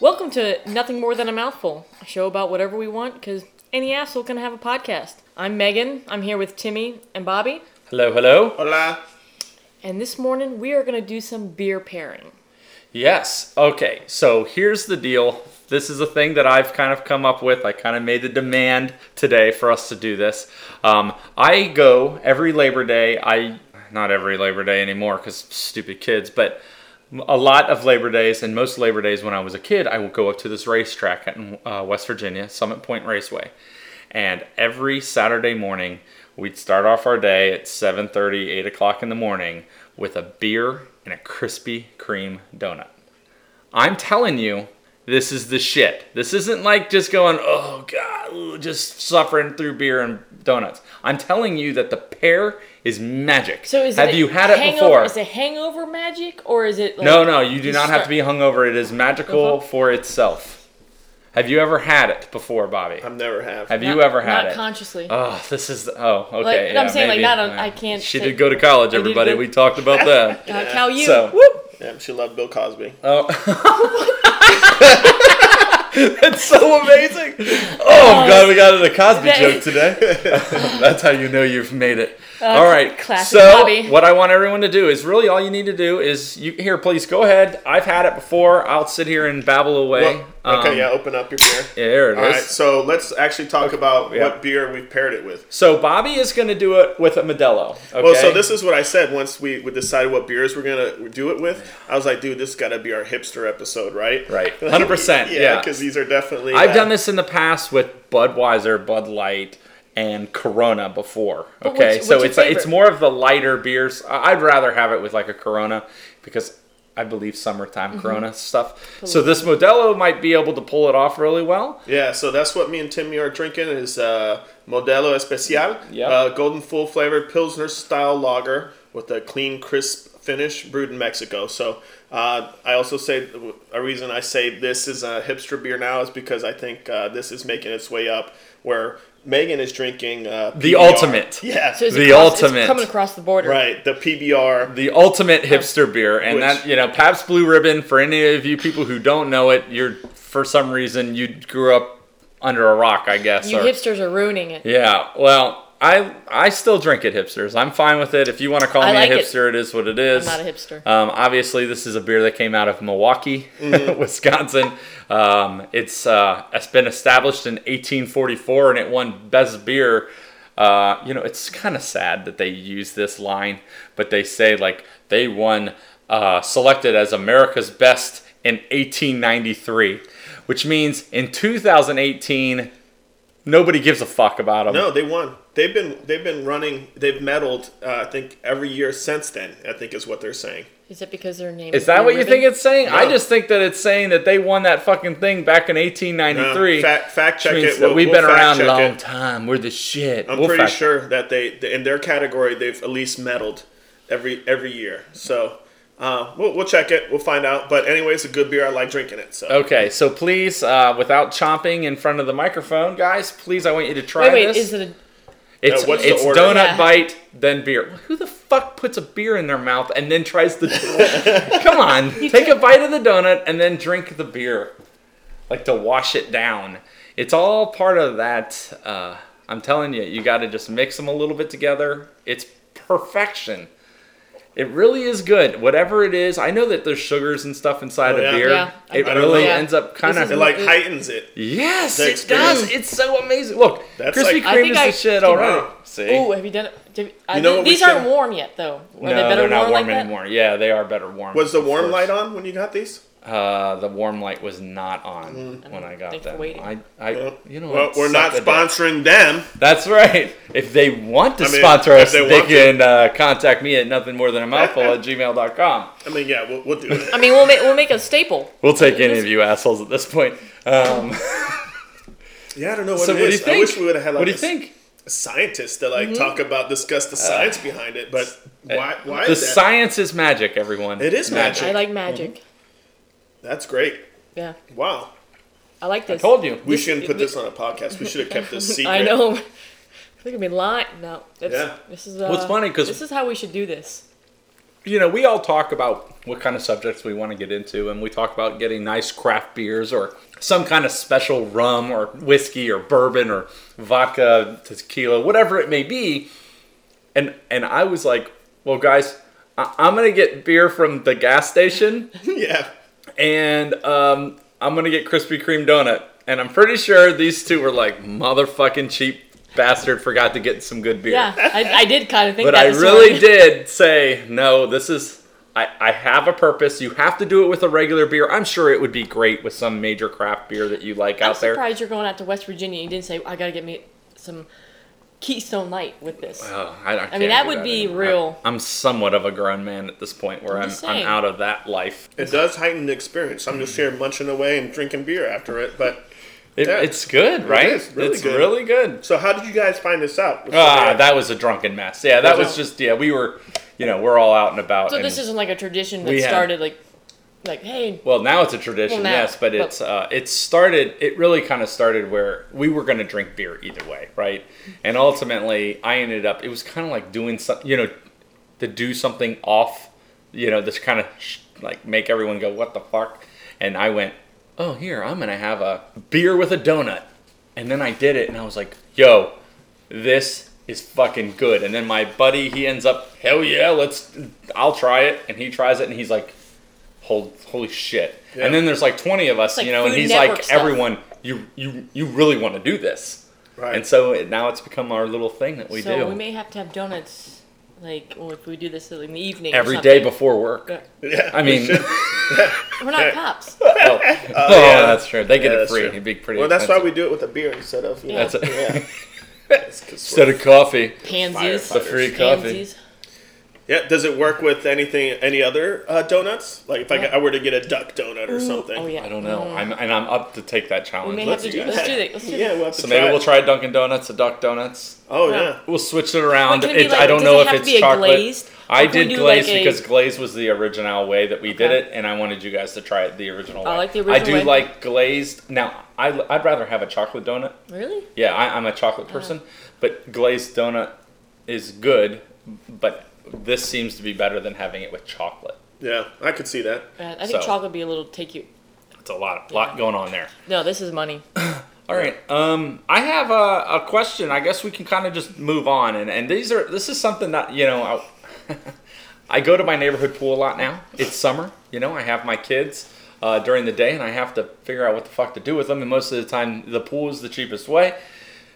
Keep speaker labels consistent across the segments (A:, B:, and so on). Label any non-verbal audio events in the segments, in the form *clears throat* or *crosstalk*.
A: Welcome to Nothing More Than a Mouthful, a show about whatever we want because any asshole can have a podcast. I'm Megan. I'm here with Timmy and Bobby.
B: Hello, hello.
C: Hola.
A: And this morning we are going to do some beer pairing.
B: Yes. Okay. So here's the deal. This is a thing that I've kind of come up with. I kind of made the demand today for us to do this. Um, I go every Labor Day. I not every Labor Day anymore because stupid kids, but a lot of Labor Days and most Labor Days when I was a kid, I would go up to this racetrack in uh, West Virginia, Summit Point Raceway, and every Saturday morning we'd start off our day at 7:30, 8 o'clock in the morning with a beer and a Krispy Kreme donut. I'm telling you, this is the shit. This isn't like just going, oh god, ooh," just suffering through beer and donuts. I'm telling you that the pear is magic.
A: So is
B: have
A: it
B: you had it
A: hangover,
B: before?
A: Is it hangover magic or is it like
B: No, no, you do not have
A: start-
B: to be hungover. It is magical
A: Uh-huh.
B: for itself. Have you ever had it before, Bobby?
C: I've never have.
B: Have you
A: Not-
B: ever had
A: not
B: it?
A: consciously.
B: oh, this is oh, okay.
A: Like, but I'm
B: yeah,
A: saying, like,
B: maybe.
A: not on-
B: Yeah.
A: I can't
B: She
A: say-
B: did go to college,
A: I did
B: everybody.
A: go-
B: We talked
A: *laughs*
B: about that.
A: Uh, Cal, you.
B: So-
A: Whoop.
C: Yeah, she loved Bill Cosby.
B: Oh. *laughs* That's so amazing. Oh, I'm glad we got in a Cosby
A: That-
B: joke today. *laughs* That's how you know you've made it. all right.
A: classic
B: so,
A: Bobby.
B: what I want everyone to do is really all you need to do is you here, please go ahead. I've had it before. I'll sit here and babble away.
C: Well, okay,
B: Um,
C: yeah, open up your beer.
B: yeah, There it
C: All
B: is.
C: right, so let's actually talk about
B: yeah.
C: what beer we've paired it with.
B: So, Bobby is going to do it with a Modelo. Okay?
C: Well, so this is what I said once we, we decided what beers we're gonna do it with. I was like, dude, this got to be our hipster episode, right? *laughs*
B: Right. 100%, yeah.
C: because these are definitely.
B: I've
C: uh,
B: done this in the past with Budweiser, Bud Light, and Corona before.
A: But
B: Okay,
A: what's-
B: so
A: what's your
B: it's like- it's
A: favorite?
B: more of the lighter beers. I- I'd rather have it with like a Corona because I believe summertime
A: Mm-hmm.
B: Corona stuff. So this Modelo might be able to pull it off really well.
C: Yeah, so that's what me and Timmy are drinking is uh, Modelo Especial,
B: Yeah.
C: uh, golden full flavored Pilsner style lager with a clean, crisp finish, brewed in Mexico. So uh, I also say a reason I say this is a hipster beer now is because I think uh, this is making its way up where Megan is drinking uh,
B: The
C: PBR.
B: ultimate.
C: *laughs* Yeah,
A: So is it
B: The
A: cross- it's
B: ultimate.
A: coming across the border.
C: right. The PBR.
B: The ultimate hipster beer, and
C: Which-
B: that you know, Pabst Blue Ribbon. For any of you people who don't know it, you're for some reason you grew up under a rock, I guess.
A: You
B: or-
A: hipsters are ruining it.
B: Yeah, well, I I still drink it, hipsters. I'm fine with it. If you want to call
A: I
B: me
A: like
B: a
A: it.
B: hipster, it is what it is.
A: I'm not a hipster.
B: Um, obviously, this is a beer that came out of Milwaukee,
C: Mm-hmm.
B: *laughs* Wisconsin. Um, it's uh, it's been established in 1844, and it won best beer. Uh, you know, it's kind of sad that they use this line, but they say like they won uh, selected as America's best in 1893, which means in 2018 nobody gives a fuck about them.
C: No, they won. They've been they've been running. They've medaled. Uh, I think every year since then. I think is what they're saying.
A: Is it because their name
B: Is that
A: Blue
B: what you
A: Ribbon?
B: think it's saying? I
C: No.
B: just think that it's saying that they won that fucking thing back in
C: Yeah,
B: 1893.
C: fact, Uh, fact
B: Which
C: check
B: means
C: it.
B: that
C: We'll,
B: we've
C: we'll
B: been
C: fact
B: around a
C: check
B: long
C: it.
B: time. We're the shit.
C: I'm
B: We'll
C: pretty
B: fact-
C: sure that they, in their category, they've at least medaled every every year. So uh, we'll, we'll check it. We'll find out. But anyway, it's a good beer. I like drinking it. So
B: Okay, so please, uh, without chomping in front of the microphone, guys, please, I want you to try
A: Wait, wait,
B: this.
A: is it a,
B: it's
C: Uh, what's the
B: it's
C: order?
B: donut
A: Yeah.
B: bite, then beer. Who the fuck puts a beer in their mouth and then tries the?
C: *laughs*
B: Come on, take a bite of the donut and then drink the beer, like to wash it down. It's all part of that. Uh, I'm telling you, you got to just mix them a little bit together. It's perfection. It really is good. Whatever it is, I know that there's sugars and stuff inside
C: Oh,
B: of
C: yeah.
B: beer.
A: Yeah.
B: It
C: I don't
B: really
C: know.
A: Yeah.
B: ends up kind
A: This
B: of
C: it
A: is-
C: like
A: it-
C: heightens it.
B: Yes,
C: The
B: it does.
C: experience.
B: It's so amazing. Look,
C: That's
B: Krispy
C: like-
A: I
B: Kreme
A: think
B: is
A: I-
B: the shit already.
C: Wow.
B: See,
A: Ooh, have you done it? Did, I,
C: You know what we
A: these aren't
C: should-
A: warm yet, though. Are
B: no,
A: they better
B: are not warm,
A: warm, like
B: anymore. Yeah, they are better warm.
C: Was the warm
B: Of
C: light
B: course.
C: on when you got these?
B: Uh, the warm light was not on when I got
A: Thanks for
B: them.
A: waiting.
B: I, I, you know,
C: Mm. well,
B: what?
C: we're
B: Suck
C: not
B: a dick.
C: sponsoring them.
B: That's right. If they want to
C: I mean,
B: sponsor
C: if
B: us,
C: they
B: they,
C: want to.
B: can uh, contact me at nothing more than a mouthful
C: *laughs*
B: at gmail.com.
C: I mean, yeah, we'll, we'll do
A: that? I
B: *laughs*
C: it.
A: mean, we'll make we'll make a staple.
B: We'll take any of you assholes at this point. Um,
C: yeah, I don't know what
B: so,
C: it
B: what do you
C: is.
B: think?
C: I wish we would have had like
B: what do
C: a
B: you
C: s-
B: think? Mm-hmm. Uh,
C: scientist to like talk about, discuss the science behind it. But why? Why
B: eh, The
C: is that?
B: science is magic, everyone.
C: It is magic.
A: I like magic.
B: Mm-hmm.
C: That's great.
A: Yeah,
C: Wow.
A: I like this.
B: Told you.
C: We shouldn't put this on a podcast. We should have
B: *laughs*
C: kept this
A: *laughs*
C: secret.
A: I know. *laughs* They're gonna be lying. No, that's,
C: Yeah.
A: this is. Uh,
B: Well, it's funny 'cause-
A: this is how we should do this.
B: you know, we all talk about what kind of subjects we want to get into, and we talk about getting nice craft beers or some kind of special rum or whiskey or bourbon or vodka, tequila, whatever it may be. And and I was like, well, guys, I- I'm gonna get beer from the gas station,
C: yeah.
B: and um, I'm gonna get Krispy Kreme donut. And I'm pretty sure these two were like, motherfucking cheap bastard, forgot to get some good beer
A: Yeah, I, I did kind of think
B: but
A: that.
B: I
A: this
B: really
A: morning.
B: did say no. This is I, I have a purpose. You have to do it with a regular beer. I'm sure it would be great with some major craft beer that you like
A: I'm
B: out there.
A: surprised you're going out to West Virginia. and You didn't say I gotta get me some Keystone Light with this.
B: Oh, I, don't- I
A: mean,
B: can't
A: that
B: do
A: would be
B: anymore.
A: real.
B: I, am somewhat of a grown man at this point, where
A: I'm
B: I'm,
A: just
B: I'm
A: saying.
B: out of that life.
C: It does heighten the experience. I'm just here munching away and drinking beer after it. But
B: It,
C: Yeah.
B: It's good, right?
C: is really
B: it's
C: good.
B: really good.
C: so, how did you guys find this out?
B: Ah, that was a drunken mess. Yeah, that
C: Was
B: was
C: it?
B: just yeah. We were, you know, we're all out and about.
A: So
B: and-
A: this isn't like a tradition
B: we
A: that
B: had-
A: started like, like hey,
B: Well, now it's a tradition,
A: Well, now,
B: yes, but
A: but-
B: it's uh, it started. It really kind of started where we were going to drink beer either way, right? And ultimately, I ended up. It was kind of like doing some, you know, to do something off, you know, this kind of sh- like make everyone go, "What the fuck?" And I went, "Oh, here I'm going to have a beer with a donut," and then I did it, and I was like, "Yo, this." Is fucking good, and then my buddy he ends up hell yeah let's I'll try it, and he tries it, and he's like, hold, holy shit.
C: Yeah.
B: And then there's like 20 of us,
A: like
B: you know, and
A: Food
B: he's
A: Network
B: like,
A: stuff.
B: everyone, you, you, you really want to do this.
C: Right.
B: And so it, now it's become our little thing that we
A: so
B: do
A: we may have to have donuts like well, if we do this in the evening.
B: every
A: or
B: day before work.
A: before.
C: yeah.
B: I mean, *laughs* oh,
A: We're
B: *laughs*
A: not cops.
C: *laughs*
B: oh, that's true. They get
C: Uh,
B: it
C: Yeah, that's
B: free.
C: true.
B: It'd be pretty
C: Well, that's why
B: expensive.
C: we do it with a beer instead of you know,
B: That's it. *laughs*
C: yeah. It's 'cause
B: Instead
C: we're
B: of coffee,
A: Pansies.
B: the free coffee.
A: Pansies.
C: Yeah, does it work with anything, any other uh, donuts? Like if I,
A: Yeah.
C: get- I were to get a duck donut or something.
A: Oh yeah.
B: I don't know. I'm, and I'm up to take that
A: We
B: challenge.
A: may
B: Let's-
A: have to
C: do
A: do. Let's do that. Let's do
C: Yeah,
A: that.
C: we'll have to
B: so
C: try
B: maybe
C: it.
B: we'll try Dunkin' Donuts, a Duck Donuts.
C: Oh
A: Yeah.
C: yeah.
B: We'll switch it around.
A: Or can it be
B: It-
A: like-
B: I don't
A: does
B: know
A: it
B: if
A: have to
B: it's
A: be a
B: chocolate.
A: glazed?
B: I
A: Or can we
B: did
A: do
B: glaze
A: like a-
B: because glaze was the original way that we did
A: Okay.
B: it, and I wanted you guys to try it the original way.
A: I like the
B: I
A: original
B: do
A: way.
B: like glazed. Now, I, would rather have a chocolate donut.
A: Really?
B: Yeah, I, I'm a chocolate
A: Uh-huh.
B: person, but glazed donut is good, but this seems to be better than having it with chocolate.
C: Yeah, I could see that.
A: Uh, I think
B: So-
A: chocolate would be a little take you.
B: It's a lot, lot
A: Yeah.
B: going on there.
A: No, this is money.
B: All right. Um, I have a, a question. I guess we can kind of just move on, and, and these are this is something that you know. I, *laughs* I go to my neighborhood pool a lot now. It's summer, you know. I have my kids uh, during the day, and I have to figure out what the fuck to do with them. And most of the time, the pool is the cheapest way.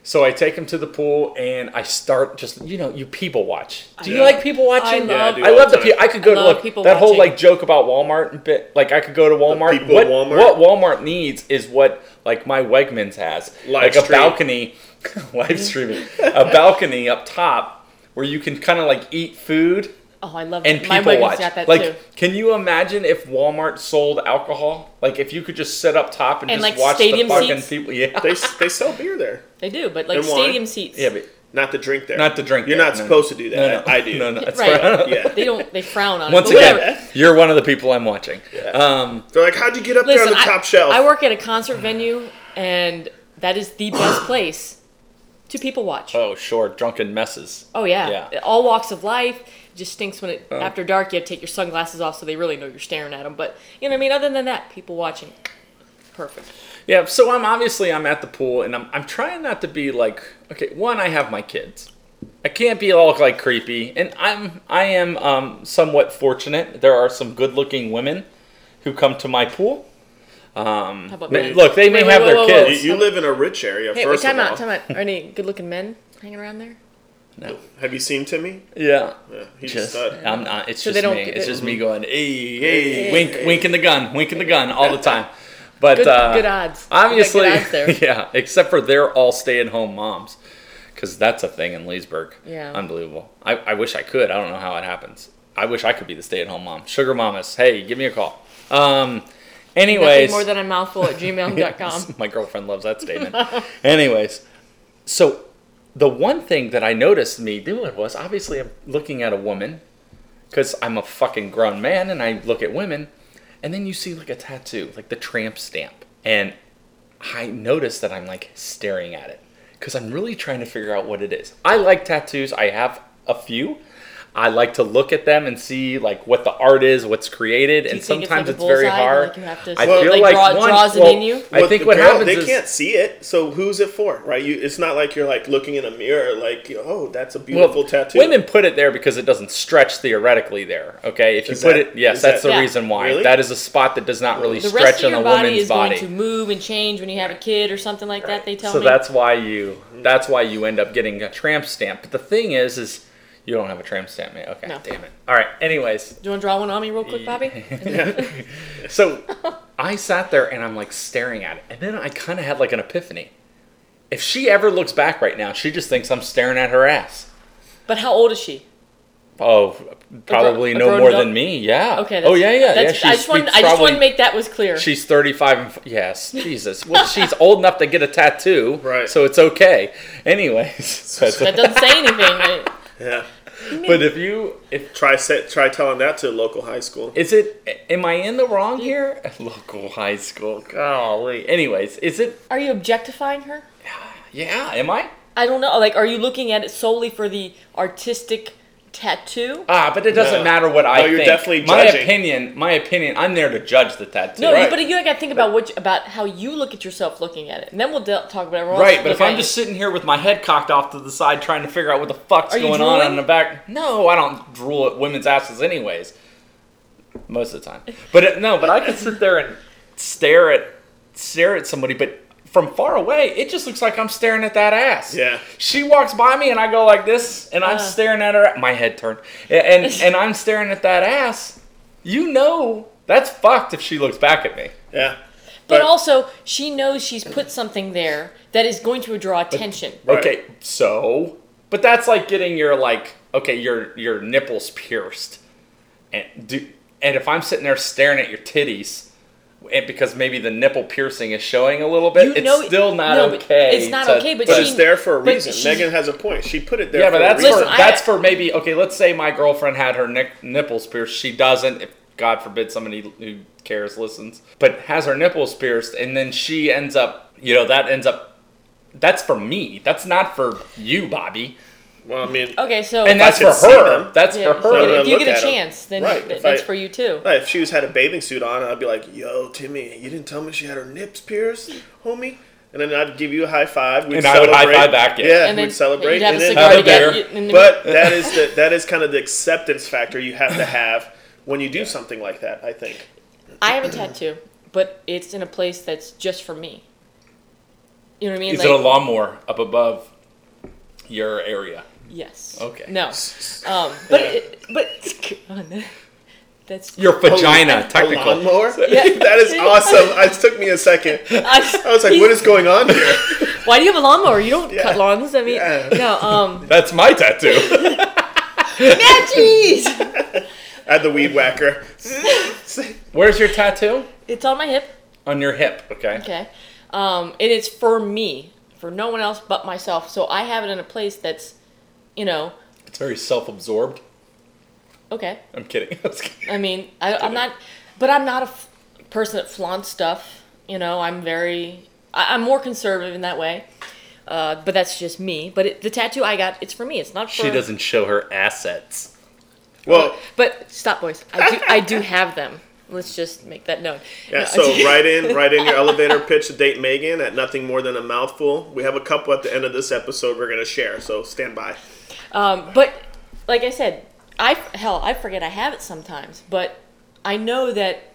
B: So I take them to the pool, and I start just you know you people watch. Do you
C: Yeah.
B: like people watching?
A: I love-
C: do
B: I
C: all
B: love
C: the
B: the people. I could go
A: I
B: to
A: love
B: look
A: people
B: that whole
A: watching.
B: like joke about Walmart and bit. Like I could go to Walmart.
C: people
B: what, what
C: Walmart.
B: Walmart needs is what like my Wegmans has,
C: Live
B: like a
C: stream.
B: balcony, *laughs*
C: *laughs*
B: live streaming, a balcony up top where you can kind of like eat food
A: Oh, I love
B: and
A: it. My
B: people
A: Wegmans
B: watch.
A: got that
B: like,
A: too.
B: can you imagine if Walmart sold alcohol? Like if you could just sit up top and,
A: And,
B: just
A: like,
B: watch the
A: stadium
B: fucking
A: seats?
B: people.
C: *laughs*
B: Yeah,
C: They they sell beer there,
A: They do, but like
C: And wine.
A: stadium seats.
B: yeah, but
C: not to drink there.
B: not to drink.
C: You're
B: there,
C: not
B: no.
C: supposed to do that.
B: No, no.
C: I do.
B: No, no, that's
A: Right.
B: right. *laughs*
C: Yeah.
A: *laughs* They don't. They frown on
B: Once
A: it. but
B: again,
A: whatever.
B: you're one of the people I'm watching. Um,
C: They're like, how'd you get up
A: Listen,
C: there on the top
A: I,
C: shelf?
A: I work at a concert venue, and that is the best
B: *coughs*
A: place to people watch.
B: oh, sure, drunken messes.
A: Oh yeah.
B: yeah. Uh.
A: all walks of life. It just stinks when it after dark. You have to take your sunglasses off so they really know you're staring at them. But you know what I mean. Other than that, people watching, perfect.
B: Yeah, so I'm obviously I'm at the pool and I'm I'm trying not to be like okay, one I have my kids. I can't be all like creepy and I'm I am um somewhat fortunate. There are some good-looking women who come to my pool. Um
A: How about
B: ma-
A: men?
B: look, they may
A: Wait, wait,
B: have their
A: whoa, whoa, whoa.
C: you,
B: kids.
C: you live in a rich area.
A: Hey, wait,
C: first
A: time
C: of
A: out.
C: all,
A: Time out. Are any good-looking men hanging around there?
C: have you seen Timmy?
B: Yeah.
C: Yeah, he's
B: Just,
C: a stud.
B: I'm not. It's
A: So
B: just
A: they don't
B: me.
A: get
B: It's
A: it.
B: just me going, hey, hey,
C: Hey,
B: wink,
C: hey.
B: winking the gun, winking the
A: *laughs*
B: gun all the time. But
A: Good,
B: uh,
A: good odds.
B: Obviously,
A: You got good odds there.
B: *laughs* yeah. Except for they're all stay-at-home moms, because that's a thing in Leesburg.
A: Yeah.
B: unbelievable. I, I wish I could. I don't know how it happens. I wish I could be the stay-at-home mom. Sugar mamas, hey, give me a call. Um,
A: Nothing
B: anyways,
A: more
B: *laughs*
A: than a mouthful at gmail.com.
B: my girlfriend loves
A: *laughs*
B: that statement. Anyways, so the one thing that I noticed me doing was obviously I'm looking at a woman because I'm a fucking grown man and I look at women, and then you see like a tattoo, like the tramp stamp, and I notice that I'm like staring at it because I'm really trying to figure out what it is. I like tattoos. I have a few. I like to look at them and see like what the art is, what's created, and
A: you think it's
B: sometimes
A: like
B: it's,
A: a
B: very
A: bullseye,
B: hard.
A: like you have to-
B: I
A: Well,
B: feel
A: like,
B: like
A: draw- it
B: one-
A: draws it
B: well,
A: in you?
B: I think
C: the
B: what
C: girl-
B: happens
C: they
B: is
C: can't see it, so who's it for, right? You, it's not like you're like looking in a mirror, like oh, that's a
B: Well,
C: beautiful tattoo.
B: Women put it there because it doesn't stretch theoretically there. Okay, if you
C: Is
B: put
C: that-
B: it, yes,
C: is
B: that's
C: that-
B: the
A: Yeah.
B: reason why.
C: Really?
B: That is a spot that does not really
A: The
B: stretch
A: rest of
B: on a
A: your body
B: woman's
A: is
B: body.
A: going to move and change when you have a kid or something like that. They tell
B: so
A: me.
B: that's why you that's why you end up getting a tramp stamp. But the thing is, is you don't have a tramp stamp, man. Okay,
A: No.
B: damn it. All right. Anyways,
A: Do you want to draw one on me real
B: *laughs*
A: quick, Bobby?
B: so I sat there and I'm like staring at it, and then I kind of had like an epiphany. If she ever looks back right now, she just thinks I'm staring at her ass.
A: But how old is she?
B: Oh, probably
A: a
B: no
A: grown
B: more
A: adult?
B: than me. Yeah.
A: Okay. That's,
B: Oh yeah, yeah, yeah.
A: That's,
B: She's
A: I just want.
B: she's
A: I just want
B: probably-
A: to make that was clear.
B: She's 35 and f- yes, Jesus. Well, she's old enough to get a tattoo,
C: Right.
B: So it's okay. Anyways, *laughs* that's-
A: that doesn't say anything. Right?
C: yeah.
B: *laughs* but if you if
C: Try set, try telling that to a local high school.
B: is it am I in the wrong here? *laughs* Local high school. Golly. Anyways, is it
A: Are you objectifying her?
B: yeah, am I?
A: I don't know. Like, are you looking at it solely for the artistic tattoo?
B: Ah, but it doesn't
C: No.
B: matter what I
C: No, you're
B: think.
C: definitely
B: my
C: judging.
B: opinion, my opinion, I'm there to judge the tattoo.
A: No,
C: Right.
A: but you gotta think about what you- about how you look at yourself looking at it, and then we'll del- talk about everyone.
B: Right,
A: else
B: but if
A: looking
B: I'm
A: at
B: just
A: you.
B: sitting here with my head cocked off to the side trying to figure out what the fuck's
A: Are you
B: going on
A: drooling?
B: on the back, no, I don't drool at women's asses anyways, most of the time. But it, no, but I can sit there and stare at stare at somebody, but from far away, it just looks like I'm staring at that ass.
C: Yeah.
B: She walks by me and I go like this, and I'm
A: Ah.
B: staring at her. My head turned, and and I'm staring at that ass. You know that's fucked if she looks back at me.
C: Yeah.
A: But also, she knows she's put something there that is going to draw attention.
C: Right.
B: Okay, so, but that's like getting your like okay, your your nipples pierced, and do and if I'm sitting there staring at your titties, and because maybe the nipple piercing is showing a little bit,
A: You
B: it's
A: know-
B: still not
A: no, but
B: okay.
A: it's not
B: to-
A: okay, but
C: but
A: she-
C: it's there for a
A: but
C: reason.
A: she's-
C: Megan has a point. She put it there.
B: yeah, but
C: for
B: that's
C: a reason.
B: for
A: Listen, I-
B: that's for maybe okay. Let's say my girlfriend had her nick, nipples pierced. She doesn't. If God forbid somebody who cares listens, but has her nipples pierced, and then she ends up. You know that ends up. That's for me. That's not for you, Bobby.
C: well, I mean,
A: Okay, so
B: and that's
C: could
B: for
C: see
B: her.
C: them.
B: That's
A: yeah,
B: for
A: so
B: her.
C: I
A: if you
C: look
A: get a
C: at 'em.
A: chance, then
C: Right,
A: th-
C: if
A: that's
C: I-
A: for you too.
C: Like, if she was had a bathing suit on, I'd be like, "Yo, Timmy, you didn't tell me she had her nips pierced, homie." And then I'd give you a high five. We'd
B: And I would
C: celebrate.
B: high five back, yeah.
C: Yeah,
A: and then
C: we'd celebrate.
A: You'd have
C: and
A: a
C: then-
A: cigar
B: Have a
A: together.
B: beer.
A: you- and then-
C: but that is
A: *laughs*
C: the that is kind of the acceptance factor you have to have when you do something like that. I think.
A: I have a tattoo, but it's in a place that's just for me. You know what I mean?
B: Is it a lawnmower up above your area?
A: Yes.
B: Okay.
A: No. Um, but *laughs* it, but that's
B: Your vagina,
C: A
B: technical.
C: lawnmower.
A: *laughs* Yeah.
C: *laughs* that is awesome. It took me a second.
A: *laughs* I,
C: I was like, "What is going on here?"
A: Why do you have a lawnmower? You don't
C: Yeah.
A: cut lawns. I mean,
C: Yeah.
A: no.
C: *laughs*
A: Um,
B: *laughs* That's my tattoo.
A: matchies.
C: I had the weed whacker.
B: *laughs*
C: *laughs*
B: Where's your tattoo?
A: *laughs* it's on my hip.
B: On your hip. Okay.
A: Okay. Um, and it's for me, for no one else but myself. So I have it in a place that's, you know,
B: It's very self-absorbed.
A: okay.
B: I'm kidding. *laughs* I was kidding.
A: I mean, I, I'm not, but I'm not a f- person that flaunts stuff. You know, I'm very, I, I'm more conservative in that way. Uh, but that's just me. But it, the tattoo I got, it's for me. It's not for.
B: She doesn't show her assets.
C: Well,
A: But stop, boys. I do, I do have them. Let's just make that known.
C: Yeah,
A: No, *laughs*
C: so write in, write in your elevator pitch to date Megan at nothing more than a mouthful. We have a couple at the end of this episode we're gonna share, so stand by.
A: Um, but like I said, I hell, I forget I have it sometimes. But I know that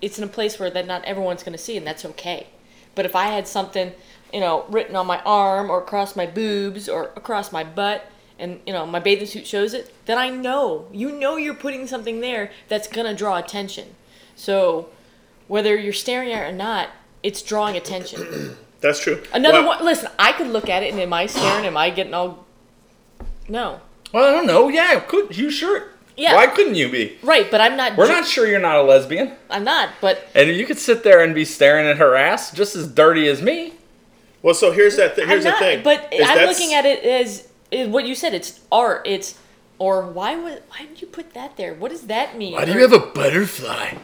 A: it's in a place where that not everyone's going to see, and that's okay. But if I had something, you know, written on my arm or across my boobs or across my butt, and you know, my bathing suit shows it, then I know you know you're putting something there that's going to draw attention. So whether you're staring at it or not, it's drawing attention.
C: That's true.
A: Another
C: Well,
A: one. Listen, I could look at it, and am I staring? Am I getting all? No.
B: Well, I don't know. Yeah, could you sure?
A: Yeah.
B: Why couldn't you be?
A: Right, but I'm not.
B: We're
A: ju-
B: not sure you're not a lesbian,
A: I'm not. But
B: and you could sit there and be staring at her ass just as dirty as me.
C: Well, so here's that. Th- here's
A: I'm not.
C: the thing.
A: But
C: is
A: I'm
C: that's-
A: looking at it as, is what you said. It's art. It's or why would why did you put that there? What does that mean? Or-
B: a butterfly?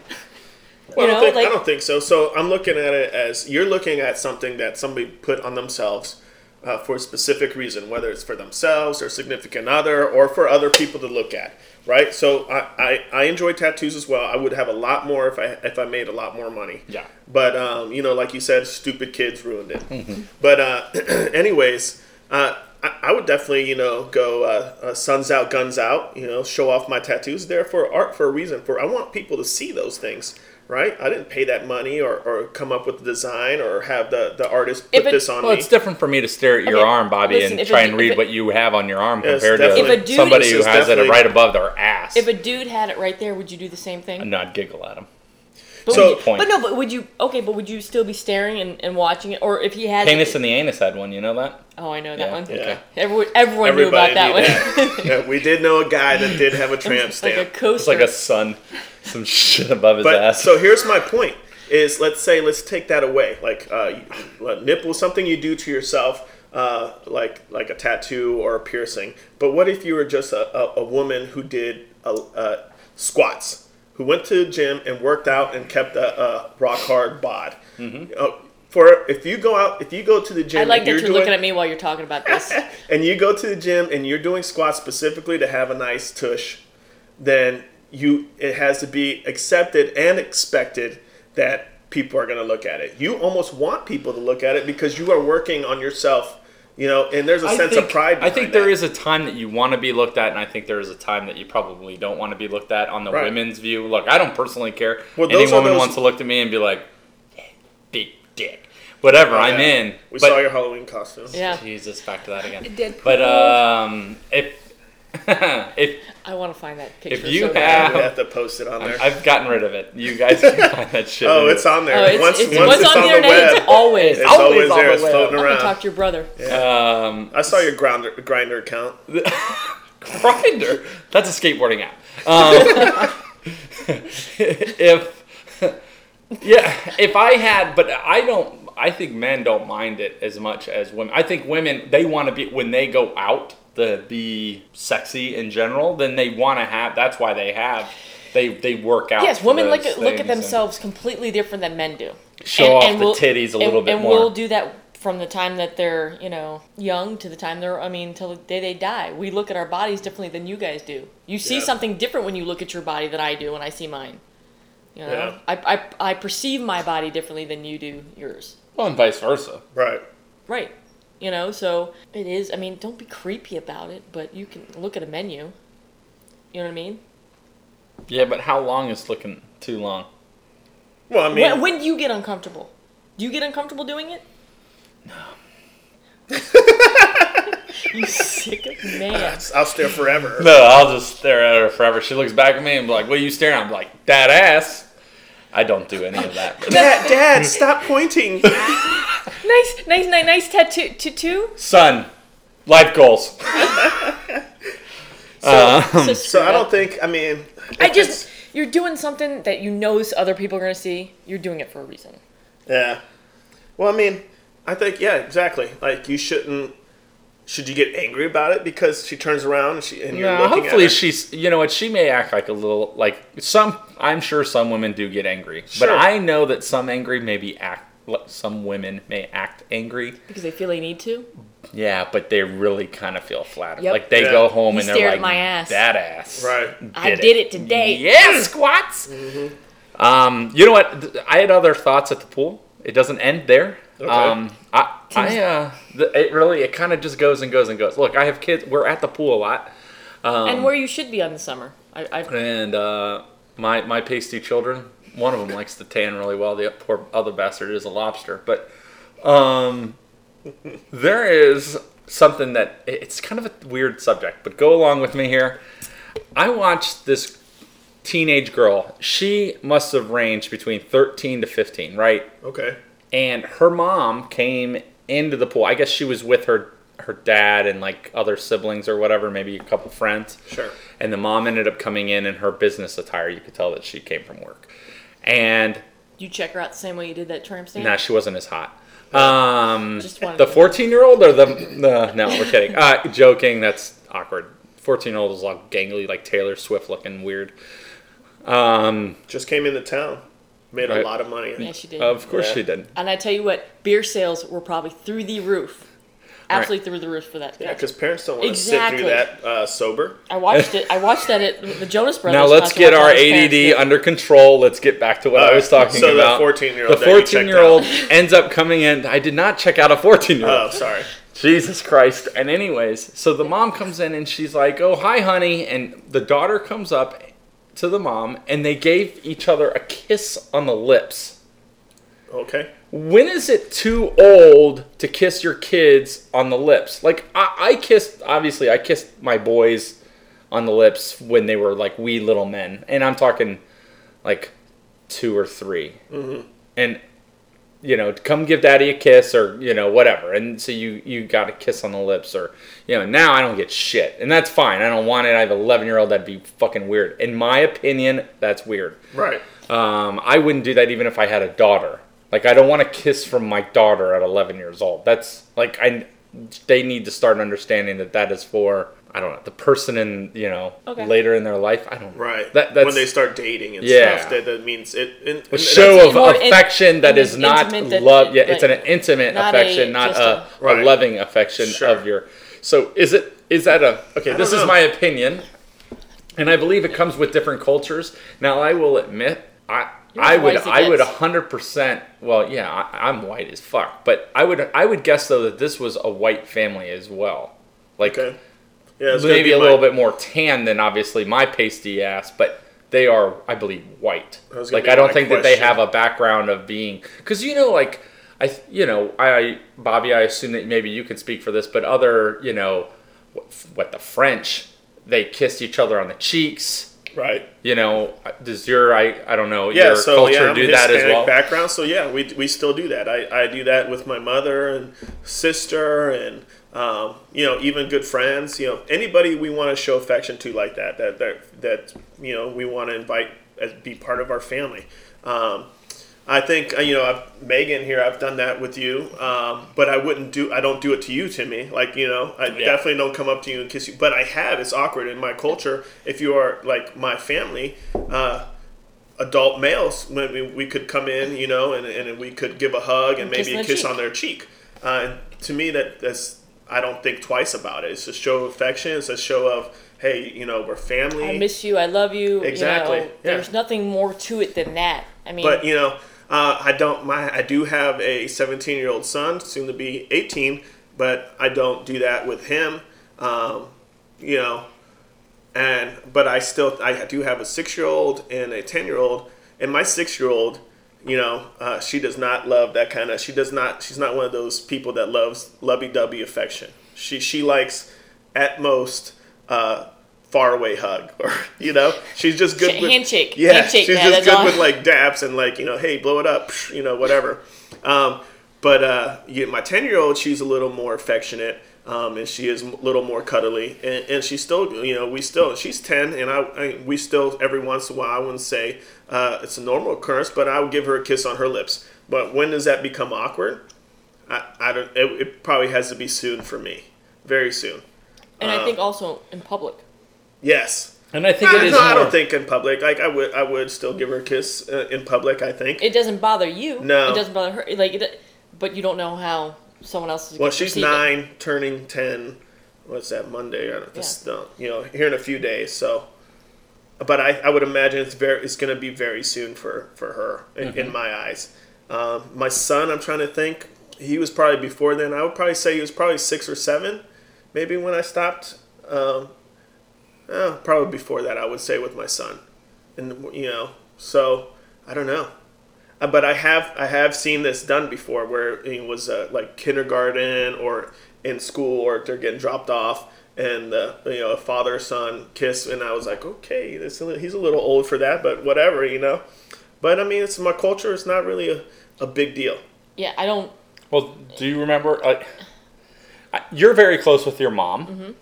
A: you
C: Well, I, don't
A: know,
C: think,
A: like-
C: I don't think so. So I'm looking at it as you're looking at something that somebody put on themselves. uh, for a specific reason, whether it's for themselves or significant other or for other people to look at, right? So I, I, I enjoy tattoos as well. I would have a lot more if I if I made a lot more money.
B: Yeah.
C: But um, you know, like you said, stupid kids ruined it. but uh, *clears throat* anyways, uh, I, I would definitely you know go uh, uh, suns out, guns out. You know, show off my tattoos. There for art for a reason. For I want people to see those things. Right, I didn't pay that money or, or come up with the design or have the, the artist put
A: If it-
C: this on
B: Well,
C: me.
B: it's different for me to stare at your
A: Okay,
B: arm, Bobby,
A: listen,
B: and
A: if
B: try
A: a-
B: and read
A: if a-
B: what you have on your arm
C: Yes,
B: compared
C: definitely.
A: If a
B: to
A: dude-
B: somebody
A: This
B: who
C: is
B: has it
C: definitely-
B: right above their ass.
A: If a dude had it right there, would you do the same thing?
B: and I'd giggle at him.
A: But
C: So-
A: would you-
B: Point.
A: but no, but would you? Okay, but would you still be staring and, and watching it, or if he had
B: Penis in the anus had one. You know that?
A: Oh, I know that
B: Yeah,
A: one.
C: yeah.
A: Everyone, everyone knew
C: Everybody
A: about that one. *laughs*
C: knew that. yeah, we did know a guy that did have a tramp
A: like a
C: stamp.
B: It's
A: coaster.
B: like a sun, some shit above his
C: but
B: ass.
C: so here's my point: is let's say let's take that away, like uh, like nipple, something you do to yourself, uh, like like a tattoo or a piercing. But what if you were just a, a, a woman who did uh uh squats, who went to the gym and worked out and kept a, a rock hard bod?
B: Mm-hmm.
C: Uh, for if you go out, if you go to the gym,
A: I like
C: and
A: that
C: you're
A: you're looking
C: doing-
A: at me while you're talking about
C: *laughs*
A: this.
C: and you go to the gym and you're doing squats specifically to have a nice tush, then you it has to be accepted and expected that people are going to look at it. You almost want people to look at it because you are working on yourself, you know, and there's a sense of pride.
B: I think
C: there
B: there
C: is.
B: is a time that you want to be looked at, and I think there is a time that you probably don't want to be looked at. On the
C: Right.
B: women's view, look, I don't personally care.
C: Well,
B: Any
C: those are
B: woman
C: those-
B: wants to look at me and be like, "Yeah, big dick, whatever. I'm
C: Yeah.
B: in.
C: We
B: But-
C: saw your Halloween costume.
A: Yeah.
B: Jesus, back to that again.
D: Deadpool.
B: But um, if *laughs* if
A: I want to find that picture. so
B: you
A: bad.
B: have-
C: We have to post it on there.
B: I've gotten rid of it, you guys can
C: *laughs*
B: find that shit.
C: oh, it's on
A: Oh,
C: there.
A: it's,
C: once
A: it's,
C: once
A: what's
C: it's
A: on
C: on
A: the internet,
C: web,
A: it's always.
C: it's
A: I'm
C: always
B: on
C: there.
B: the
C: It's
B: web.
C: floating
B: I'm
A: gonna talk
C: around.
A: to your brother.
B: Um,
C: I saw your grinder grinder account.
B: *laughs* Grinder. That's a skateboarding app. Um, *laughs* if yeah, if *laughs* I had, but I don't. I think men don't mind it as much as women. I think women they want to be when they go out to be sexy in general. Then they want to have. That's why they have. They they work out.
A: Yes,
B: for
A: women look
B: those
A: at look at
B: things and-
A: themselves completely different than men do.
B: Show off the titties a
A: and-
B: little bit
A: and
B: more.
A: we'll do that from the time that they're you know young to the time they're I mean till the day they die. We look at our bodies differently than you guys do. You see
C: Yeah.
A: something different when you look at your body than I do when I see mine. You know,
C: Yeah.
A: I, I I perceive my body differently than you do yours.
B: Well, and vice versa.
C: Right.
A: Right. You know, so it is. I mean, don't be creepy about it, but you can look at a menu. You know what I mean?
B: Yeah, but how long is looking too long?
C: Well, I mean,
A: When, when do you get uncomfortable? Do you get uncomfortable doing it? No. *laughs* you sick *laughs* of man.
C: I'll stare forever.
B: No, I'll just stare at her forever. She looks back at me and be like, "What are you staring?" at?" I'm like, "That ass." I don't do any of that.
C: Dad, Dad, stop pointing.
A: Nice, nice, nice, nice tattoo. Tattoo.
B: Son, life goals.
A: So,
C: Um, So I don't think. I mean,
A: I just you're doing something that you knows other people are gonna see. You're doing it for a reason.
C: yeah. Well, I mean, I think yeah, exactly. Like you shouldn't. Should you get angry about it because she turns around and she and you're
B: No,
C: looking
B: hopefully
C: at her?
B: she's. You know what? She may act like a little like some. I'm sure some women do get angry,
C: Sure.
B: but I know that some angry maybe act. Some women may act angry.
A: Because they feel they need to.
B: Yeah, but they really kind of feel flattered.
A: Yep.
B: Like they
C: Yeah.
B: go home
A: You
B: and they're
A: stared at
B: like,
A: my ass.
B: "That ass."
C: Right.
A: I did it today.
B: Yeah, squats.
C: Mm-hmm.
B: Um, you know what? Th- I had other thoughts at the pool. It doesn't end there.
C: Okay.
B: Um, I, I, uh, th- it really, it kind of just goes and goes and goes. Look, I have kids. We're at the pool a lot,
C: Um,
A: and where you should be on the summer. I, I
B: and uh, my my pasty children. One of them likes to tan really well. The poor other bastard is a lobster, but um, there is something that it's kind of a weird subject. But go along with me here. I watched this teenage girl. She must have ranged between 13 to 15, right?
C: Okay.
B: And her mom came into the pool. I guess she was with her her dad and like other siblings or whatever, maybe a couple friends.
C: Sure.
B: And the mom ended up coming in in her business attire. You could tell that she came from work. And
A: you check her out the same way you did that tramp stamp.
B: nah, she wasn't as hot. Um,
A: Just wanted
B: the
A: to-
B: 14 year old or the, the no, we're kidding. Uh, joking. That's awkward. 14 year old is all gangly, like Taylor Swift looking weird. Um,
C: Just came into town, made
B: Right.
C: a lot of money.
A: Yeah, she did.
B: of course
C: Yeah.
B: she did.
A: and I tell you what, beer sales were probably through the roof. absolutely through the roof for that.
C: Yeah, because parents don't want to sit
A: Exactly.
C: through that uh, sober.
A: I watched it. I watched that at the Jonas Brothers.
B: Now let's
A: concert
B: get
A: with
B: our
A: my parents
B: ADD
A: did.
B: under control. Let's get back to what I was talking
C: so
B: about.
C: the 14 year
B: The
C: old.
B: 14 year old *laughs* ends up coming in. I did not check out a 14 year old.
C: Oh, sorry.
B: Jesus Christ. And, anyways, so the mom comes in and she's like, Oh, hi, honey. And the daughter comes up to the mom and they gave each other a kiss on the lips.
C: Okay.
B: When is it too old to kiss your kids on the lips? Like, I, I kissed, obviously, I kissed my boys on the lips when they were like wee little men. And I'm talking like two or 3 And, you know, come give daddy a kiss or, you know, whatever. And so you, you got a kiss on the lips or, you know, now I don't get shit. And that's fine. I don't want it. I have an 11 year old. That'd be fucking weird. In my opinion, that's weird.
C: Right.
B: Um, I wouldn't do that even if I had a daughter. Like I don't want a kiss from my daughter at 11 years old. That's like I they need to start understanding that that is for I don't know the person in you know
A: Okay.
B: later in their life. I don't
C: Right.
B: That that's
C: when they start dating and
B: Yeah.
C: stuff, that, that means it. And, and
B: a
C: that's-
B: show of
A: Well, it-
B: affection that
A: and
B: is
A: it's
B: not
A: intimate that-
B: love. Yeah, it's an
A: right.
B: intimate
A: Not
B: affection,
A: a-
B: not
A: just
B: a,
C: a- Right.
B: a loving affection
C: Sure.
B: of your. So is it is that a okay?
C: I
B: This
C: don't
B: is
C: know.
B: my opinion, and I believe it comes with different cultures. Now I will admit, I
A: You're
B: I
A: as
B: would
A: white as it
B: I would
A: gets.
B: hundred percent. Well, yeah, I, I'm white as fuck, but I would I would guess though that this was a white family as well, like
C: Okay. Yeah, it's gonna
B: maybe
C: be
B: a little
C: my-
B: bit more tan than obviously my pasty ass, but they are, I believe, white.
C: That was gonna
B: Like
C: be
B: I don't
C: my
B: think that they
C: question.
B: have a background of being, because you know, like I, th- you know, I, Bobby, I assume that maybe you can speak for this, but other, you know, what, what the French, they kissed each other on the cheeks.
C: Right.
B: You know, does your, I, I don't know,
C: Yeah.
B: your
C: so
B: culture
C: yeah, I'm
B: do that as
C: Hispanic
B: well?
C: Background. So yeah, we, we still do that. I, I do that with my mother and sister and um, you know even good friends. You know anybody we want to show affection to like that. That that that you know we want to invite as be part of our family. Um, I think uh, you know I've, Megan here. I've done that with you, um, but I wouldn't do. I don't do it to you, Timmy. Like you know, I definitely don't come up to you and kiss you. But I have. It's awkward in my culture. If you are like my family, uh, adult males, when we, we could come in, you know, and, and we could give a hug and,
A: kiss
C: maybe a
A: on the
C: kiss
A: cheek.
C: on their cheek. Uh, and to me, that that's I don't think twice about it. It's a show of affection. It's a show of hey, you know, we're family.
A: I miss you. I love you.
C: Exactly,
A: You
C: yeah.
A: know, There's nothing more to it than that. I mean,
C: But you know, uh, I don't. My I do have a 17 year old son, soon to be 18, but I don't do that with him. Um, you know, and but I still I do have a six year old and a 10 year old, and my six year old. You know, uh, she does not love that kind of. She does not. She's not one of those people that loves lovey-dovey affection. She she likes, at most, uh, faraway hug, *laughs* or you know, she's just good
A: Sh-
C: with
A: handshake.
C: Yeah,
A: Handshake,
C: she's
A: yeah,
C: just
A: that's
C: good
A: all.
C: with like daps and like you know, hey, blow it up, you know, whatever. Um, but uh, you, my ten year old, she's a little more affectionate, um, and she is a little more cuddly, and, and she's still, you know, we still, she's ten, and I, I we still every once in a while, I wouldn't say uh, it's a normal occurrence, but I would give her a kiss on her lips. But when does that become awkward? I, I don't. It, it probably has to be soon for me, very soon.
A: and
C: uh,
A: I think also in public.
C: Yes.
B: And I think
C: Uh,
B: it is
C: no, I
B: more-
C: don't think in public. Like I would, I would still give her a kiss uh, in public. I think.
A: It doesn't bother you.
C: No.
A: It doesn't bother her. Like, it, but you don't know how someone else is.
C: well,
A: gonna
C: she's
A: perceive it.
C: nine, turning ten. What's that Monday? I don't this- no, you know, here in a few days. So, but I, I would imagine it's very, it's going to be very soon for for her in, in my eyes. Um, my son, I'm trying to think. He was probably before then. I would probably say he was probably six or seven, maybe when I stopped. Um, eh, probably before that, I would say with my son, and you know, so I don't know. Uh, but I have I have seen this done before, where it was uh, like kindergarten or in school, or they're getting dropped off, and uh, you know a father son kiss, and I was like, okay, this is a li- he's a little old for that, but whatever, you know. But I mean, it's my culture; it's not really a, a big deal.
A: Yeah, I don't.
B: Well, do you remember? Like, I- you're very close with your mom.
A: Mm-hmm.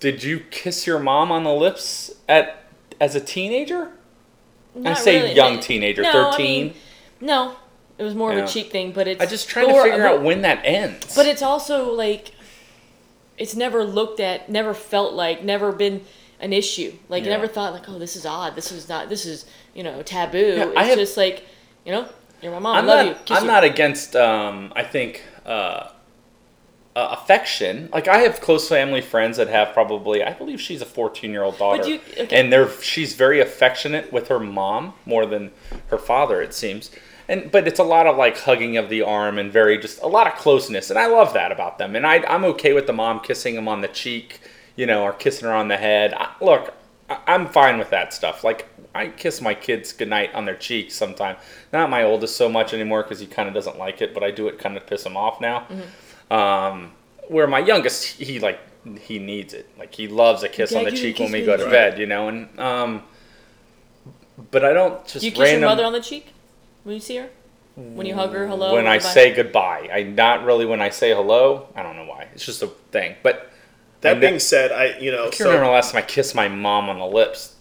B: Did you kiss your mom on the lips at as a teenager?
A: Not
B: say
A: really.
B: young teenager,
A: No, I
B: 13.
A: mean, no, it was more
B: Yeah.
A: of a cheek thing, but it's.
B: I'm just trying to
A: or-
B: figure
A: but-
B: out when that ends.
A: But it's also like it's never looked at, never felt like, never been an issue. Like
B: Yeah.
A: never thought like, oh, this is odd. This is not. This is you know taboo.
B: Yeah,
A: it's
B: I have-
A: just like you know, you're my mom. I
B: I'm
A: love
B: not.
A: you. Kiss
B: I'm
A: you.
B: not against. Um, I think uh, uh, affection. Like I have close family friends that have probably, I believe she's a 14 year old daughter,
A: you- okay.
B: and they're she's very affectionate with her mom more than her father, it seems. And but it's a lot of like hugging of the arm and very just a lot of closeness, and I love that about them. And I I'm okay with the mom kissing him on the cheek, you know, or kissing her on the head. I, look, I, I'm fine with that stuff. Like. I kiss my kids goodnight on their cheeks sometime. Not my oldest so much anymore because he kind of doesn't like it, but I do it kind of piss him off now.
A: Mm-hmm.
B: Um, where my youngest, he like he needs it. Like he loves a kiss
A: Dad,
B: on the
A: you
B: cheek
A: kiss
B: when we
A: me
B: go
A: on
B: to
A: the
B: bed, you know. And um, but I don't just
A: Do you kiss
B: random Mm,
A: your mother on the cheek when you see her? When you hug her, hello.
B: when I
A: goodbye?
B: say goodbye. I not really when I say hello. I don't know why. It's just a thing. But
C: That
B: And
C: being
B: that-
C: said, I you know
B: I can't
C: so,
B: remember the last time I kissed my mom on the lips.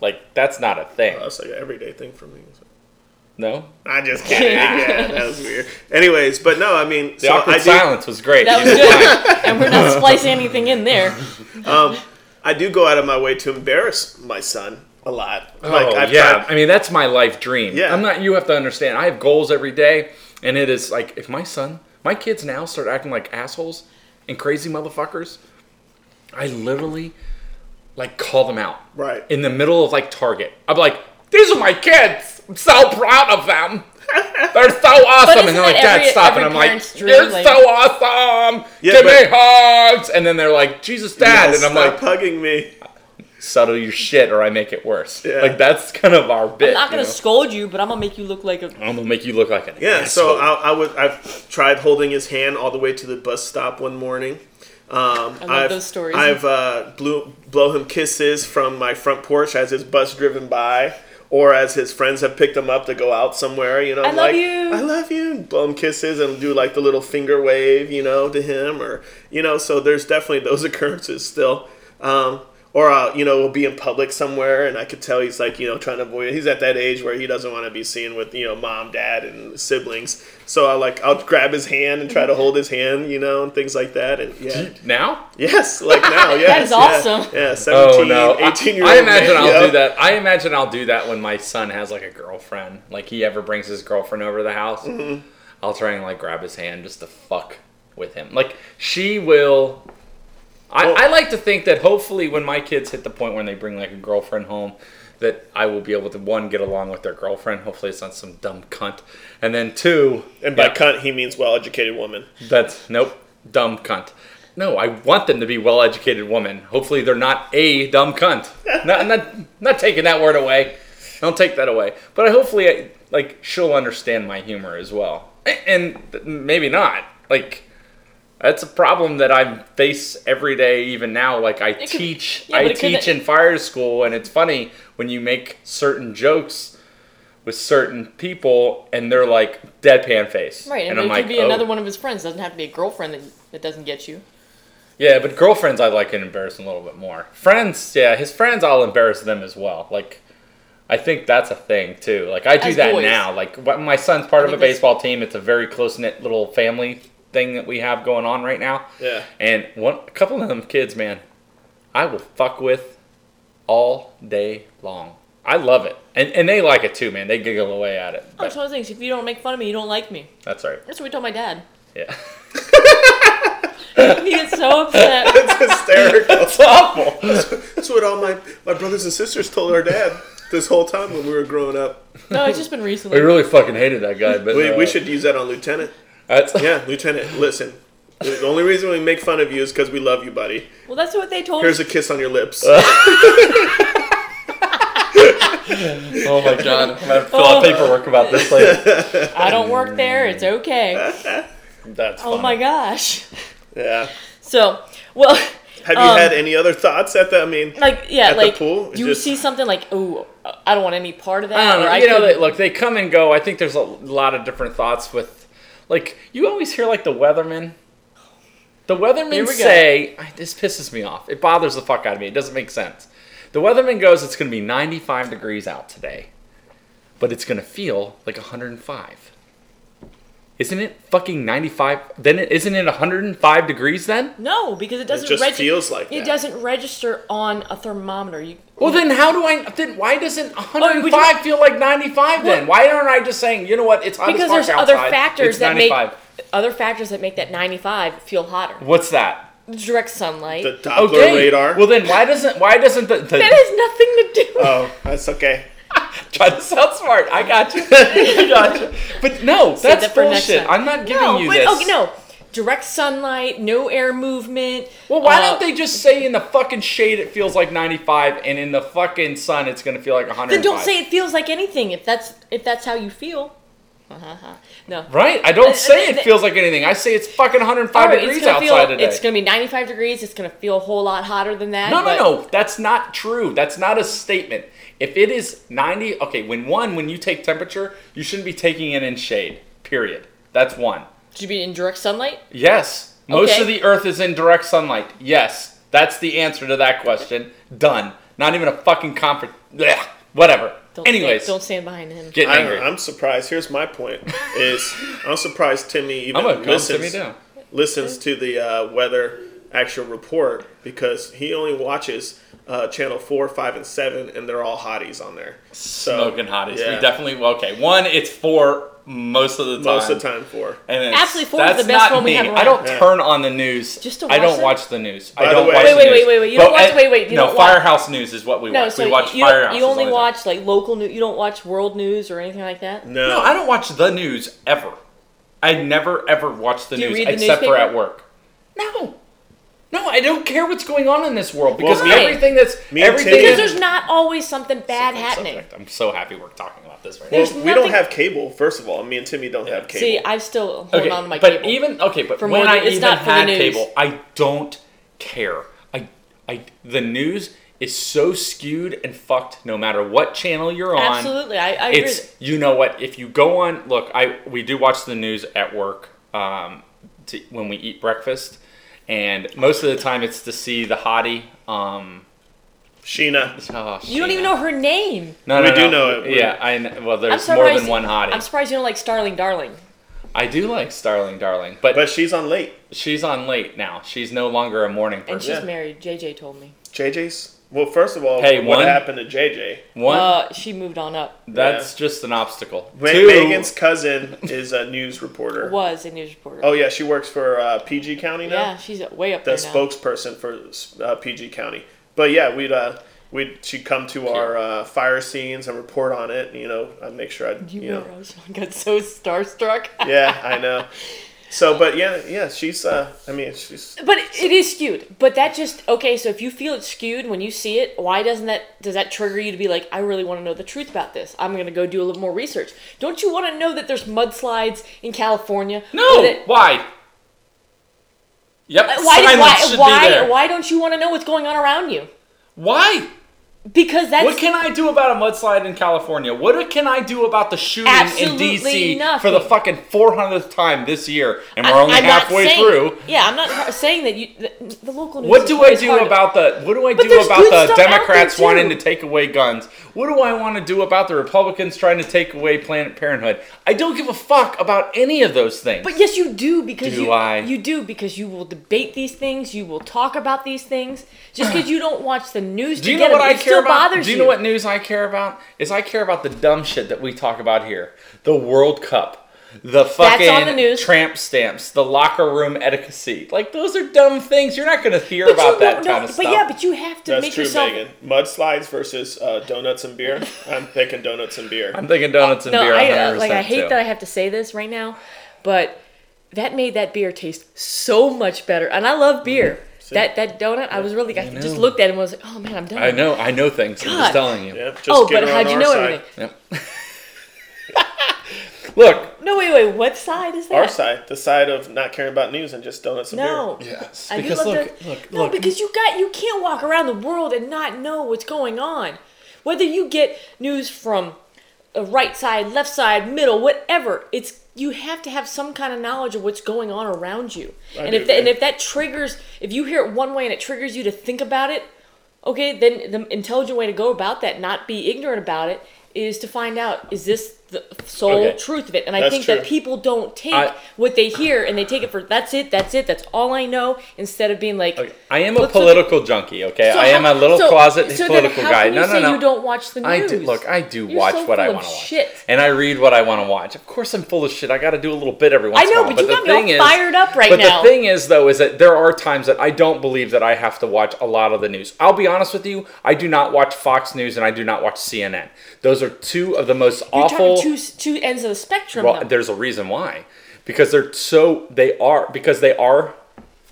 B: Like that's not a thing.
C: that's like an everyday thing for me. So.
B: no,
C: I just kidding.
B: *laughs*
C: yeah, that was weird. Anyways, but no, I mean,
B: the
C: so
B: awkward
C: I do,
B: silence was great.
A: That
B: *laughs* You
A: was
B: did
A: good.
B: fine.
A: and we're not splicing anything in
B: *laughs*
A: there.
C: I do go out of my way to embarrass my son a lot.
B: Oh, yeah.
C: tried-
B: I mean, that's my life dream.
C: Yeah.
B: I'm not, you have to understand, I have goals every day. And it is like, if my son, my kids now start acting like assholes and crazy motherfuckers, I literally like call them out.
C: Right.
B: In the middle of like Target. I'm like, these are my kids. I'm so proud of
C: *laughs*
B: them. They're so awesome.
A: isn't
B: And they're like,
A: that
B: Dad,
A: every-
B: stop.
A: every
B: and I'm like,
A: parent's dream,
B: you're
A: like-
B: so awesome.
C: Yeah,
B: Give
C: but-
B: me hugs. And then they're like, Jesus, Dad.
C: Yeah,
B: and I'm like,
C: stop
B: uh,
C: hugging me.
B: settle your shit or I make it worse.
C: Yeah.
B: Like that's kind of our bit.
A: I'm not gonna
B: you know?
A: scold you, but I'm gonna make you look like a.
B: I'm gonna make you look like an
C: Yeah, so
B: asshole.
C: I, I would. I've tried holding his hand all the way to the bus stop one morning. Um, I
A: love those stories.
C: I've uh, blew blow him kisses from my front porch as his bus driven by, or as his friends have picked him up to go out somewhere. You know,
A: I love
C: like
A: you.
C: I love you. and Blow him kisses and do like the little finger wave, you know, to him, or you know. So there's definitely those *laughs* occurrences still. Um, or uh, you know, we'll be in public somewhere, and I could tell he's like, you know, trying to avoid. He's at that age where he doesn't want to be seen with you know mom, dad, and siblings. So I like I'll grab his hand and
A: *laughs*
C: try to hold his hand, you know, and things like that. And yeah,
B: now.
C: yes, like now, *laughs* yes,
A: is
C: yeah,
A: awesome.
C: Yeah, 17,
B: Oh no! I,
C: 18 year old.
B: I imagine
C: man,
B: I'll
C: yeah.
B: do that. I imagine I'll do that when my son has like a girlfriend. Like he ever brings his girlfriend over to the house,
C: Mm-hmm.
B: I'll try and like grab his hand just to fuck with him. Like she will. I,
C: Well-
B: I like to think that hopefully when my kids hit the point when they bring like a girlfriend home, that I will be able to one get along with their girlfriend. Hopefully it's not some dumb cunt, and then two.
C: And by
B: yeah,
C: cunt, he means well-educated woman.
B: *laughs* That's nope, dumb cunt. No, I want them to be well-educated women. Hopefully, they're not a dumb
A: *laughs*
B: cunt. not, not, not taking that word away. Don't take that away. But I, hopefully, I, like she'll understand my humor as well, A- and th- maybe not. Like that's a problem that I face every day, even now. Like I
A: could-
B: teach,
A: yeah,
B: I
A: but it could-
B: teach in fire school, and it's funny when you make certain jokes with certain people, and they're like deadpan face,
A: Right, and,
B: I'm
A: it could be
B: "Oh,
A: another one of his friends. Doesn't have to be a girlfriend that, that doesn't get you.
B: Yeah, but girlfriends I like and embarrass him a little bit more. Friends, yeah, his friends I'll embarrass them as well. Like I think that's a thing too. Like I do
A: As
B: that
A: boys.
B: now. Like wh- my son's part of a
A: think that's-
B: baseball team. It's a very close knit little family thing that we have going on right now.
C: Yeah.
B: And one a couple of them kids, man, I will fuck with all day long. I love it. And and they like it too, man. They giggle away at it.
A: Oh, it's
B: But
A: one of those things. If you don't make fun of me, you don't like me.
B: that's all right.
A: That's what we told my dad.
B: Yeah.
A: *laughs* He gets so upset.
C: It's hysterical.
B: That's awful.
C: *laughs* That's what all my my brothers and sisters told our dad this whole time when we were growing up.
A: No, it's just been
B: We
A: recently.
B: really fucking hated that guy, but
C: We,
B: uh,
C: we should use that on Lieutenant.
B: that's-
C: Yeah, Lieutenant, listen. The only reason we make fun of you is because we love you, buddy.
A: Well, that's what they told
C: Here's
A: us.
C: a kiss on your lips.
B: Uh. Oh my *laughs* god, I'm gonna have to fill out paperwork about this later.
A: I don't work there. It's okay.
B: That's
A: Oh my gosh.
C: yeah.
A: So, well, *laughs*
C: Have you
A: Um,
C: had any other thoughts at the? I mean,
A: like yeah,
C: At the
A: like
C: pool,
A: do you
C: just-
A: see something like oh, I don't want any part of that.
B: I don't
A: or
B: know. You know,
A: couldn't-
B: they, look, they come and go. I think there's a lot of different thoughts with, like, you always hear like the weatherman. The
A: Here
B: weathermen
A: we go.
B: say I, this pisses me off. It bothers the fuck out of me. It doesn't make sense. The weatherman goes, "It's gonna be 95 degrees out today, but it's gonna feel like 105." Isn't it fucking 95? Then it, isn't it 105 degrees then?
A: No, because it doesn't
C: just
A: regi-
C: feels like
A: it
C: that.
A: doesn't register on a thermometer. You
B: Well, then how do I? Then why doesn't
A: Oh, would you-
B: 105 feel like 95? Then
A: Well-
B: why aren't I just saying, you know what? It's hot as
A: because
B: fuck
A: there's other
B: outside,
A: factors
B: it's
A: that make
B: 95.
A: other factors that make that 95 feel hotter.
B: What's that?
A: Direct sunlight. *laughs*
C: The Doppler radar.
B: Well, then why doesn't why doesn't the,
A: that
B: the
A: has nothing to do with
C: oh, that's okay.
B: *laughs* try to sound smart? I
A: *laughs*
B: got you. I got you. But no,
A: Save
B: that's
A: that for next
B: bullshit.
A: time.
B: I'm not
A: *laughs*
B: giving
A: no,
B: you
A: but,
B: this.
A: Okay, no. Direct sunlight, no air movement.
B: Well, why
A: uh,
B: don't they just say in the fucking shade it feels like 95, and in the fucking sun it's gonna feel like 100?
A: Then don't say it feels like anything if that's if that's how you feel. *laughs* no.
B: Right? I don't
A: And-
B: say
A: and-
B: it feels like anything. I say it's fucking 105
A: Alright,
B: degrees
A: gonna
B: outside
A: feel,
B: today.
A: It's gonna be 95 degrees. It's gonna feel a whole lot hotter than that.
B: No,
A: but-
B: no, no. That's not true. That's not a statement. If it is 90, okay, when one, when you take temperature, you shouldn't be taking it in shade, period. That's one.
A: Should you be in direct sunlight?
B: Yes. Most
A: Okay.
B: of the earth is in direct sunlight. Yes. That's the answer to that question. Done. Not even a fucking conference. Blech. Whatever.
A: Don't
B: Anyways,
A: stand, don't stand behind him.
B: getting
C: I,
B: angry.
C: I'm surprised. Here's my point: is I'm surprised Timmy
B: *laughs*
C: even
B: I'm gonna calm
C: listens
B: Timmy down.
C: listens to the uh, weather actual report because he only watches uh, channel four, five, and seven, and they're all hotties on there. So,
B: Smoking hotties.
C: yeah.
B: We definitely, well, okay. One, it's four most of the time.
C: most of the time four.
B: And it's,
A: Absolutely, four is the best
B: not
A: one we
B: me.
A: have
B: I don't
A: around.
C: Yeah.
B: turn on the news.
A: Just to
B: I don't
A: watch
B: watch the news.
C: By
B: I
C: the
B: don't
C: way-
B: watch
C: Wait,
B: the
A: wait,
B: news.
A: wait, wait, wait. You don't watch-
B: eh,
A: wait, wait, you
B: no,
A: don't watch-
B: Firehouse News is what we
A: No,
B: watch.
A: so
B: we watch
A: you,
B: Firehouse.
A: you
B: is
A: only
B: the
A: watch like local news. You don't watch world news or anything like that.
B: thing.
C: No,
B: No, I don't watch the news ever. I never ever watch the
A: you
B: news
A: read the
B: except for
A: newspaper?
B: at work. No. No, I don't care what's going on in this world because
A: me-
B: everything that's
C: me and
B: everything
C: Tim-
A: Because
B: that's
A: there's not always something bad happening.
B: subject. I'm so happy we're talking about this right now.
A: There's
C: well, we don't
A: nothing-
C: have cable. First of all, me and Timmy don't have cable.
A: See, I'm still holding
B: okay,
A: on to my
B: but
A: cable.
B: even okay, but
A: For
B: when
A: more
B: I
A: than- it's
B: even
A: not for the
B: had
A: news.
B: cable, I don't care. I, I, the news is so skewed and fucked. No matter what channel you're on,
A: Absolutely, I, I agree.
B: it's you know what? If you go on, look, I we do watch the news at work um, to, when we eat breakfast, and most of the time it's to see the hottie. Um,
C: Sheena,
B: oh,
A: You don't even know her name.
B: No,
C: We
B: no,
C: do
B: no.
C: know it. We-
B: Yeah, I know. well,
A: I'm
B: there's more
A: surprised.
B: than one hottie.
A: I'm surprised you don't like Starling Darling.
B: I do like Starling Darling,
C: but she's on late.
B: She's on late now. She's no longer a morning
A: And
B: person.
A: she's
C: Yeah.
A: married. JJ told me.
C: JJ's. Well, first of all,
B: Hey,
C: what
B: one-
C: happened to JJ?
B: One,
A: Uh, she moved on up.
B: that's just an obstacle.
C: Ma-
B: Two,
C: Megan's cousin is a news reporter.
A: Was a news reporter.
C: Oh yeah, she works for uh, PG County now.
A: yeah, she's way up
C: the
A: there now.
C: spokesperson for uh, PG County. But yeah, we'd uh, we'd she'd come to our uh, fire scenes and report on it. And, you know, I'd make sure I'd
A: you
C: you
A: were.
C: know.
A: I was- I got so starstruck.
C: Yeah, I know. So, but yeah, yeah, she's. Uh, I mean, she's.
A: *laughs* But it- it is skewed. But that just okay. So if you feel it's skewed when you see it, why doesn't that does that trigger you to be like, I really want to know the truth about this? I'm gonna go do a little more research. Don't you want to know that there's mudslides in California?
B: no.
A: Or that- uh,
B: why? Yep.
A: why
B: silence
A: why
B: should be
A: why,
B: there.
A: why don't you want to know what's going on around you?
B: Why?
A: Because that's
B: What can I do about a mudslide in California? What can I do about the shooting in
A: Absolutely
B: DC
A: nothing.
B: for the fucking 400th time this year, and we're
A: I-
B: only
A: I'm not
B: halfway
A: saying-
B: through?
A: Yeah, I'm not saying that you. The, the local news.
B: What
A: is
B: do I
A: always
B: do
A: hard to-
B: about the what do I
A: But
B: do
A: there's good
B: about the
A: stuff out there,
B: Democrats
A: too.
B: wanting to take away guns? What do I want to do about the Republicans trying to take away Planet Parenthood? I don't give a fuck about any of those things.
A: But yes, you do because
B: Do
A: you
B: I?
A: you do because you will debate these things. You will talk about these things. Just because you don't watch the news,
B: do you
A: to
B: know
A: get
B: what
A: them,
B: I
A: it
B: care
A: still
B: about?
A: Bothers
B: Do you know what news I care about? Is I care about the dumb shit that we talk about here. The World Cup, the
A: on
B: fucking
A: the news.
B: tramp stamps, the locker room etiquette. Like those are dumb things. You're not going to hear
A: But
B: about
A: you
B: that
A: don't
B: kind
A: know-
B: of
A: but
B: stuff.
A: yeah, but you have to
C: That's
A: make
C: true,
A: yourself.
C: Megan. Mudslides versus uh, donuts and beer. I'm picking donuts and beer.
B: I'm thinking donuts and
A: No,
B: beer.
A: I, uh,
B: 100%
A: like I hate
B: too.
A: that I have to say this right now, but that made that beer taste so much better. And I love beer.
B: Mm-hmm.
A: That that donut, I was really I, just
B: know.
A: looked at it and was like, oh man, I'm done.
B: I know. I know things. I'm
A: God.
B: just telling you.
C: Yeah, just
A: Oh,
C: get
A: but
C: her
A: how'd
C: on
A: you
C: our
A: know
C: side.
A: everything?
B: Yep. *laughs* Look.
A: No, wait, wait. What side is that?
C: Our side, the side of not caring about news and just donuts and beer.
A: No.
B: Yes.
A: I do
B: Because
A: love
B: look,
A: to-
B: look,
A: no,
B: look.
A: because you got you can't walk around the world and not know what's going on. Whether you get news from the right side, left side, middle, whatever, it's you have to have some kind of knowledge of what's going on around you. and
C: do
A: if that, and
C: agree.
A: if that triggers, if you hear it one way and it triggers you to think about it, okay, then the intelligent way to go about that, not be ignorant about it, is to find out is this the sole
B: Okay.
A: truth of it? And I
C: That's
A: think that
C: true.
A: people don't take
B: I-
A: what they hear and they take it for that's it, that's it, that's all I know. Instead of being like,
B: Okay, I am a
A: Let's look at-
B: political junkie. Okay,
A: So
B: I am
A: how-
B: a little
A: so-
B: closet
A: so then
B: political
A: how
B: guy.
A: can you
B: No, no,
A: say
B: no.
A: You don't watch the news.
B: I do look. I do
A: You're
B: watch
A: so
B: what I
A: full
B: want to
A: of
B: watch,
A: Shit.
B: and I read what I want to watch. Of course, I'm full of shit. I got to do a little bit every once.
A: I know,
B: in a while.
A: but you
B: the
A: got me all
B: thing is-
A: fired up right
B: but
A: now.
B: the thing is, though, is that there are times that I don't believe that I have to watch a lot of the news. I'll be honest with you. I do not watch Fox News and I do not watch CNN. Those are two of the most
A: You're
B: awful.
A: talking two two ends of the spectrum.
B: Well,
A: though.
B: there's a reason why, because they're so they are because they are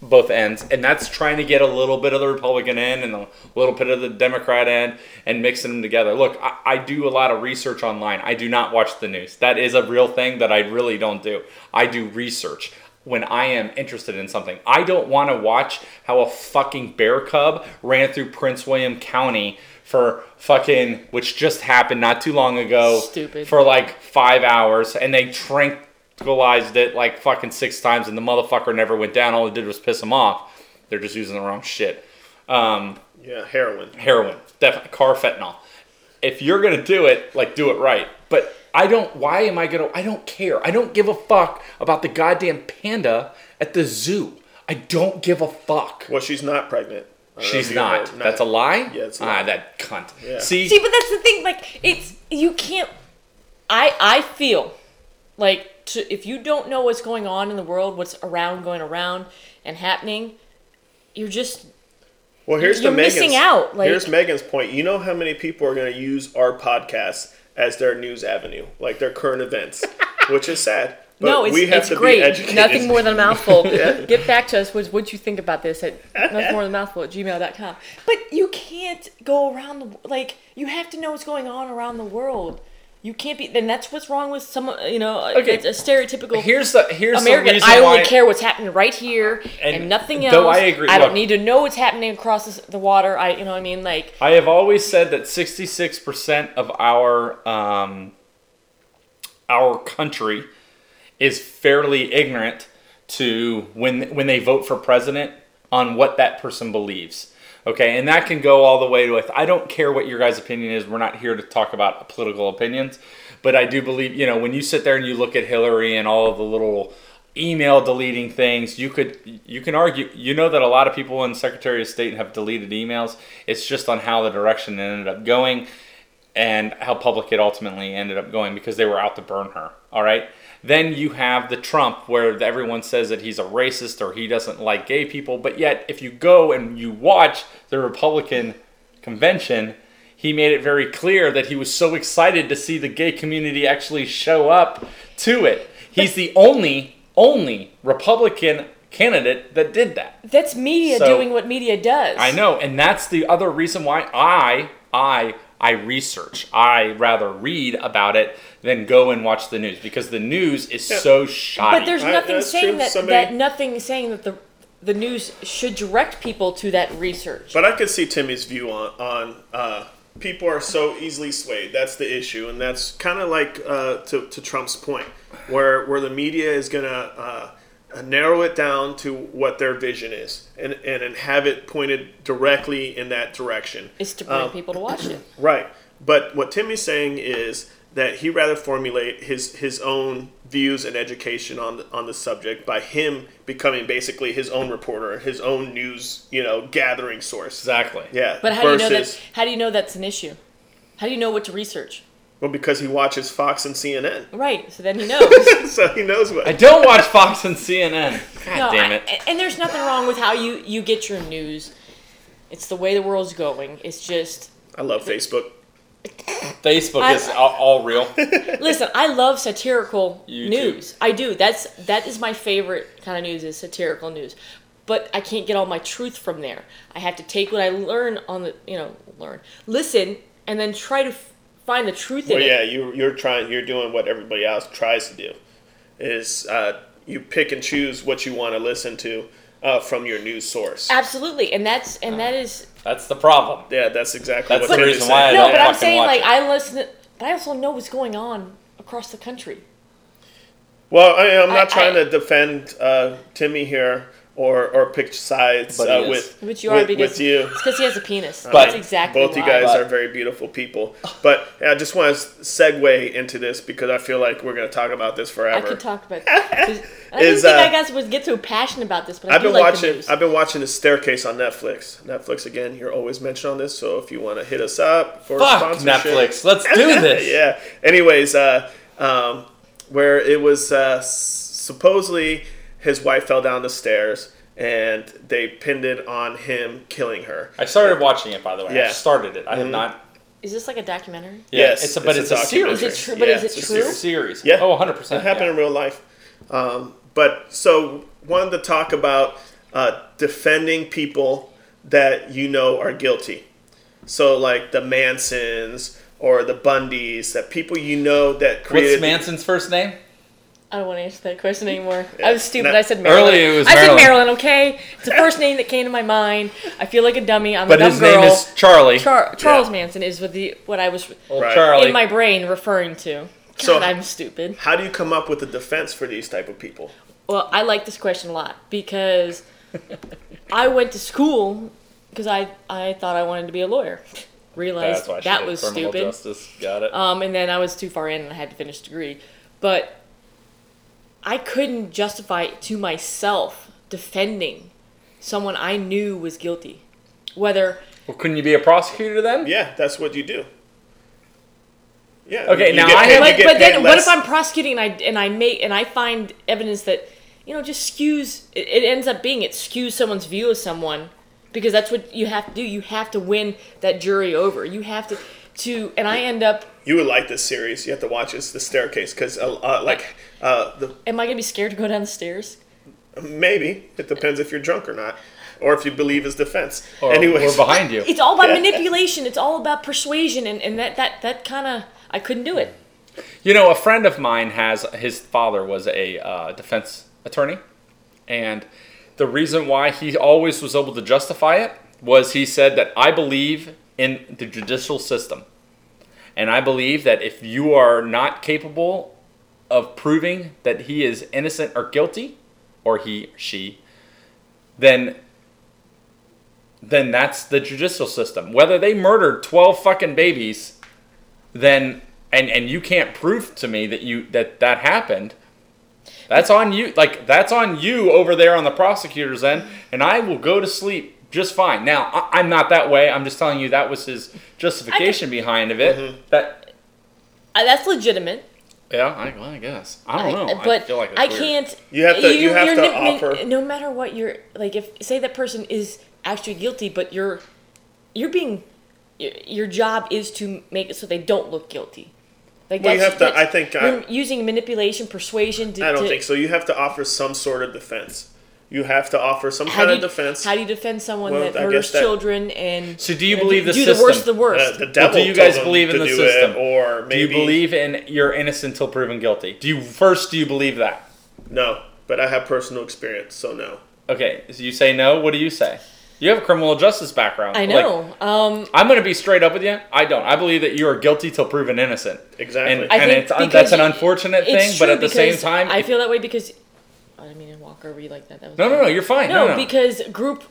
B: both ends, and that's trying to get a little bit of the Republican end and a little bit of the Democrat end and mixing them together. Look, I, I do a lot of research online. I do not watch the news. That is a real thing that I really don't do. I do research. When I am interested in something, I don't want to watch how a fucking bear cub ran through Prince William County for fucking, which just happened not too long ago.
A: Stupid.
B: For for like five hours and they tranquilized it like fucking six times and the motherfucker never went down. All it did was piss him off. They're just using the wrong shit. Um,
C: Yeah, heroin.
B: heroin, definitely car fentanyl. If you're gonna do it, like do it right. But I don't. Why am I gonna? I don't care. I don't give a fuck about the goddamn panda at the zoo. I don't give a fuck.
C: Well, she's not pregnant. I don't know if
B: She's
C: you know-
B: not. That's a lie.
C: Yeah, it's a
B: ah,
C: lie.
B: that cunt.
C: Yeah.
B: See,
A: See, but that's the thing. Like, it's you can't. I I feel like to, if you don't know what's going on in the world, what's around, going around, and happening, you're just
C: Well, here's
A: You're
C: the Megan's,
A: missing out, like-
C: here's Megan's point. You know how many people are going to use our podcast as their news avenue, like their current events,
A: *laughs*
C: which is sad. But
A: no. It's,
C: we have
A: it's
C: to
A: great.
C: be educated.
A: Nothing more than a
B: *laughs*
A: mouthful. Get back to us. What what you think about this at nothing more than a mouthful at gmail.com. But you can't go around the like. You have to know what's going on around the world. You can't be. And that's what's wrong with some. You know,
B: Okay.
A: it's a stereotypical.
B: here's the here's the
A: American.
B: reason
A: I only
B: why-
A: care what's happening right here and,
B: And
A: nothing else.
B: though I agree-
A: I don't
B: look-
A: need to know what's happening across this, the water. I, you know, what I mean, like
B: I have always said that 66% of our um, our country is fairly ignorant to when when they vote for president on what that person believes. Okay, and that can go all the way with I don't care what your guys' opinion is. We're not here to talk about political opinions, but I do believe you know when you sit there and you look at Hillary and all of the little email deleting things, you could you can argue you know that a lot of people in Secretary of State have deleted emails. It's just on how the direction it ended up going and how public it ultimately ended up going because they were out to burn her. All right. Then you have the Trump where everyone says that he's a racist or he doesn't like gay people, but yet if you go and you watch the Republican convention, he made it very clear that he was so excited to see the gay community actually show up to it. He's the only only Republican candidate that did that.
A: that's media
B: So-
A: doing what media does.
B: I know, and that's the other reason why I I I research. I rather read about it than go and watch the news because the news is so shoddy.
A: but there's
C: I-
A: nothing
C: that's
A: saying
C: true.
A: that,
C: Somebody-
A: that nothing saying that the the news should direct people to that research.
C: But I could see Timmy's view on on uh, people are so easily swayed. That's the issue, and that's kind of like uh, to to Trump's point, where where the media is gonna. Uh, narrow it down to what their vision is and, and, and have it pointed directly in that direction
A: is to
C: Oh.
A: bring people to watch it.
C: Right. But what Timmy's saying is that he rather formulate his his own views and education on the, on the subject by him becoming basically his own reporter, his own news, you know, gathering source.
B: exactly.
C: Yeah.
A: But how do you know that? How do you know that's an issue? How do you know what to research?
C: Well, because he watches Fox and CNN,
A: Right. So then he knows.
C: *laughs* so he knows what.
B: I don't watch Fox
A: *laughs*
B: and CNN.
C: *laughs*
B: God
A: No,
B: damn
A: I-
B: it.
A: and there's nothing wrong with how you you get your news. It's the way the world's going. It's just
C: I love Facebook.
B: Facebook
A: I-
B: is all, all real.
A: Listen, I love satirical
B: You
A: news. I do. That's that is my favorite kind of news is satirical news. But I can't get all my truth from there. I have to take what I learn on the you know learn listen and then try to f- find the truth in
C: Well,
A: it.
C: yeah, you you're trying, you're doing what everybody else tries to do, is uh, you pick and choose what you want to listen to uh, from your news source.
A: Absolutely, and that's and that is
B: That's the
C: *laughs*
B: problem.
C: Yeah, that's exactly
B: That's
C: what
B: the
C: Timmy's
B: reason
C: saying.
B: why I
A: no.
B: don't
A: But I'm
B: fucking
A: saying
B: watch
A: like
B: it.
A: I listen, but I also know what's going on across the country.
C: Well, I, I'm not
A: I-
C: trying
A: I-
C: to defend uh, Timmy here or or pick sides
D: But he
C: uh,
D: is.
C: with
A: Which you
C: with,
A: already
C: with
A: did.
C: you.
A: It's because he has a penis.
B: But
A: That's exactly
C: Both you
A: why.
C: guys
D: But-
C: are very beautiful people. But yeah, I just want to segue into this because I feel like we're going to talk about this
A: I
C: forever.
A: could talk
C: *laughs*
A: about. I didn't
C: Is,
A: think
C: uh,
A: I guys would get so passionate about this, but I
C: I've
A: do
C: been
A: like the
C: watching.
A: news.
C: I've been watching the staircase on Netflix. Netflix again. You're always mentioned on this, so if you want to hit us up for
B: Fuck
C: sponsorship,
B: Netflix. Let's do this.
C: *laughs* yeah. Anyways, uh, um, where it was uh, s- supposedly his wife fell down the stairs and they pinned it on him killing her.
B: I started watching it by the way.
C: Yeah. Mm-hmm.
B: I started it. I have not.
A: Is this like a documentary?
B: Yeah,
C: Yes,
B: it's a, but
C: it's
B: it's,
C: a
B: a, series.
A: Is it true? But
C: Yeah,
A: is
C: it's a
A: it true?
C: series.
B: series.
C: Yeah.
B: Oh, 100 percent.
C: It happened in real life. Um, but so wanted to talk about uh, defending people that you know are guilty. So like the Mansons or the Bundys, that people you know that
B: What's
C: created.
B: Manson's first name?
A: I don't want to answer that question anymore. I was stupid.
C: No.
A: I said Marilyn.
B: Earlier it was
A: I said
B: Marilyn.
A: Marilyn. Okay, it's the first name that came to my mind. I feel like a dummy. I'm
B: But
A: a dumb
B: his
A: girl.
B: name is Charlie.
A: Char- Charles
C: Yeah.
A: Manson is what the what I was
B: Old
C: Right.
B: Charlie.
A: in my brain referring to. God,
C: So-
A: I'm stupid.
C: How do you come up with a defense for these type of people?
A: Well, I like this question a lot because
B: *laughs*
A: I went to school because I I thought I wanted to be a lawyer. Realized
B: That's why she
A: that
B: did
A: was
B: criminal
A: stupid.
B: Justice. Got it.
A: Um, and then I was too far in and I had to finish the degree. But I couldn't justify to myself defending someone I knew was guilty. Whether
B: well, couldn't you be a prosecutor then?
C: Yeah, that's what you do. Yeah.
B: Okay,
C: you
B: now
C: get
B: I
C: paid-
B: have-
C: you
A: but,
C: get
A: but
C: paid
A: then what
C: less.
A: if I'm prosecuting and I and I make and I find evidence that you know just skews it, it ends up being it skews someone's view of someone because that's what you have to do. You have to win that jury over. You have to to and I end up
C: You would like this series. You have to watch this, The Staircase, because uh, uh, like uh, the
A: am I gonna be scared to go down the stairs?
C: Maybe it depends if you're drunk or not, or if you believe his defense.
B: Or,
C: Anyways,
B: or behind you.
A: *laughs* It's all about manipulation. It's all about persuasion and, and that that that kind of I couldn't do it.
B: You know, a friend of mine has his father was a uh, defense attorney, and the reason why he always was able to justify it was he said that I believe in the judicial system, and I believe that if you are not capable of proving that he is innocent or guilty, or he she, then then that's the judicial system. Whether they murdered twelve fucking babies then and and you can't prove to me that you that that happened that's on you like that's on you over there on the prosecutor's end and i will go to sleep just fine now I, i'm not that way i'm just telling you that was his justification behind of it
A: Mm-hmm.
B: that
A: I, that's legitimate.
B: yeah I, well, I guess i
A: I,
B: don't know
A: but
B: i feel like it's weird.
A: can't.
C: You have to- you have
A: you're
C: to
A: no- no-
C: offer-
A: No matter what you're like, if say that person is actually guilty, but you're you're being your, your job is to make it so they don't look guilty. Like
C: Well, you
A: that's,
C: have to-
A: that's-
C: I think I-
A: you're using manipulation, persuasion. To,
C: I don't
A: to-
C: think so. You have to offer some sort of defense. You have to offer some
A: How
C: kind
A: do you,
C: of defense.
A: How do you defend someone
C: Well,
A: that
C: I guess
A: murders
C: that-
A: children and
B: so do you
A: and
B: believe
A: do,
B: the
A: do
B: system
A: the worst? The
C: Uh,
A: worst.
C: the devil
B: do you
C: told
B: guys
C: him
B: believe in
C: to
B: the
C: do
B: system?
C: It,
B: do
C: or
B: you
C: maybe
B: believe in you're innocent till proven guilty do you first do you believe that
C: no? But I have personal experience, so no.
B: okay so you say no what do you say you have a criminal justice background
A: I
B: Like,
A: know. um,
B: I'm going to be straight up with you. I don't. I believe that you are guilty till proven innocent.
C: Exactly.
B: And,
C: I
B: and
A: think
B: it's, un-
A: because
B: that's an
A: you-
B: unfortunate
A: it's
B: thing, but
A: true
B: at the same
A: because
B: time,
A: I
B: if-
A: feel that way because I didn't mean to walk over you like that. that was
B: no, no, no, you're fine. No,
A: no,
B: no,
A: because group,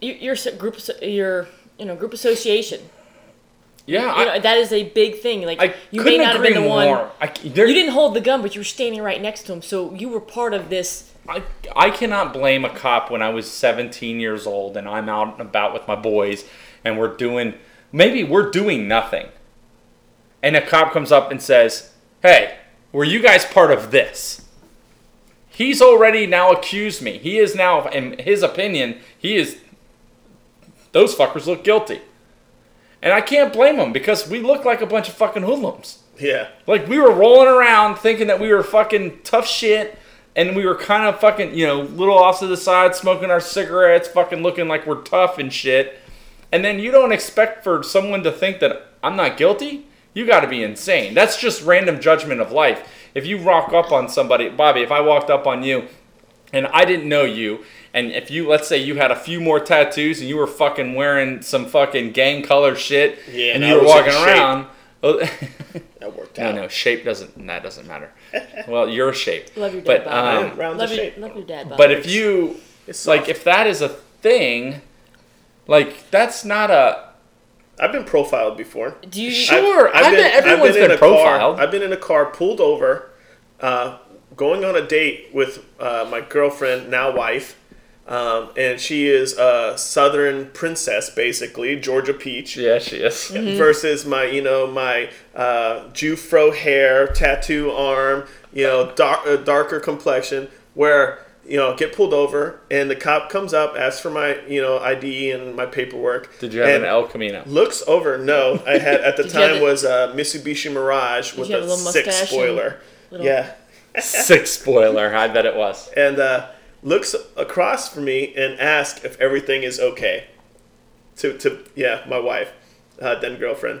A: your, your so- group, so- your you know group association.
B: yeah,
A: You know
B: I,
A: that is a big thing. Like
B: I
A: you may
B: couldn't
A: not have
B: agree
A: been the
B: more.
A: one.
B: I, c- there-
A: You didn't hold the gun, but you were standing right next to him, so you were part of this.
B: I, I cannot blame a cop when I was 17 years old and I'm out and about with my boys and we're doing maybe we're doing nothing. And a cop comes up and says, "Hey, were you guys part of this?" He's already now accused me. He is now in his opinion, he is those fuckers look guilty. And I can't blame him because we look like a bunch of fucking hoodlums.
C: Yeah,
B: Like we were rolling around thinking that we were fucking tough shit, and we were kind of fucking you know little off to the side smoking our cigarettes, fucking looking like we're tough and shit. And then you don't expect for someone to think that I'm not guilty. You got to be insane. That's just random judgment of life. If you rock up on somebody, Bobby, if I walked up on you and I didn't know you, and if you, let's say you had a few more tattoos and you were fucking wearing some fucking gang color shit,
C: Yeah,
B: and
C: and I
B: you were
C: was in
B: walking
C: shape.
B: around, well, *laughs*
C: that worked
B: No,
C: out.
B: no, shape doesn't. That
A: *laughs*
B: doesn't matter. Well, you're a shape.
A: Love your dad,
B: but
A: Bob.
B: um,
C: Round the
A: Love your,
C: shape.
A: love your dad, Bob.
B: but if you
C: It's
B: Like if that is a thing, like that's not a
C: I've been profiled before.
A: Do you?
B: Sure. I've been- everyone's
C: in
B: been
C: a car-
B: profiled.
C: I've been in a car pulled over, uh, going on a date with uh, my girlfriend, now wife, um, and she is a southern princess, basically Georgia peach. Mhm.
B: yeah, Mm-hmm. she is.
C: Versus my, you know, my uh, Jufro hair, tattoo arm, you know, dark, uh, darker complexion. Where you know, get pulled over, and the cop comes up, asks for my, you know, ID and my
B: *laughs*
C: paperwork.
B: Did you have
C: and
B: an El Camino?
C: Looks over. No, I had
A: *laughs*
C: at the
A: you have
C: time
A: the-
C: was a Mitsubishi Mirage with
A: you have
C: a
A: a little
C: six
A: mustache
C: spoiler.
A: little-
C: Yeah,
B: Six spoiler. I bet it was.
C: and uh, looks across from me and asks if everything is okay. To to yeah, my wife, uh, then girlfriend,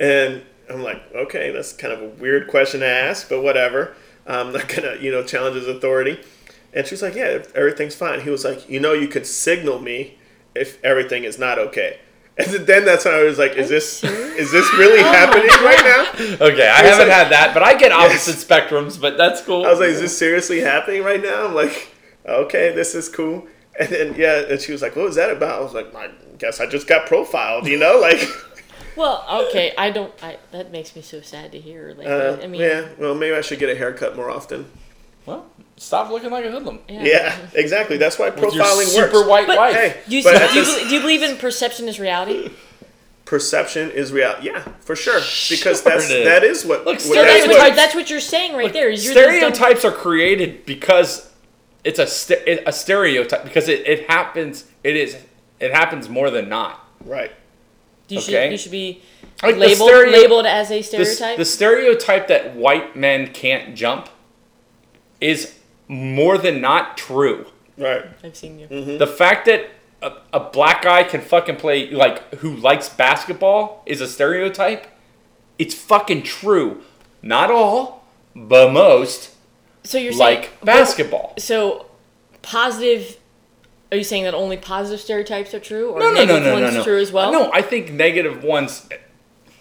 C: and I'm like, okay, that's kind of a weird question to ask, but whatever. I'm not *laughs* gonna you know challenge his authority. And she's like, yeah, everything's fine. He was like, you know, you can signal me if everything is not okay. *laughs* And then that's when I was like, is this is this really happening right now?
B: Okay, I haven't
C: like-
B: had that, but I get opposite spectrums, but that's cool.
C: I was like, is this seriously happening right now? I'm like, okay, this is cool. And then yeah, and she was like, what was that about? I was like, I guess I just got profiled, you know, like.
A: Well, okay. I don't. I that makes me so sad to hear. Like,
C: Uh,
A: I mean,
C: yeah, well, maybe I should get a haircut more often.
B: well, stop looking like a hoodlum.
C: Yeah, exactly. That's why
B: With your
C: profiling
B: super
C: works.
B: white
A: But-
B: wife.
C: Hey,
A: Do you,
C: but at
A: do, you, do
C: this-
A: you believe in perception is reality?
C: perception is reality. Yeah, for sure, because
B: Sure
C: that's
B: it is.
C: that is what.
B: Look,
C: what-
A: So that's, what,
C: that's
B: stereotypes-
A: you're- that's what you're saying right there. Is you're the dumb-
B: Stereotypes are created because it's a st- it- a stereotype because it, it happens. It is it happens more than not.
C: right.
A: you, should,
B: okay.
A: you should be
B: Like the
A: labeled
B: stereo-
A: labeled as a
B: The, s-
A: stereotype.
B: the stereotype that white men can't jump is more than not true.
C: Right.
A: I've seen you.
B: The fact that a, a black guy can fucking play like who likes basketball is a stereotype. It's fucking true. Not all, but most
A: So you're saying
B: like basketball.
A: So positive. Are you saying that only positive stereotypes are true, or
B: No, no, no,
A: negative
B: no,
A: ones
B: no, no.
A: true as well?
B: No, I think negative ones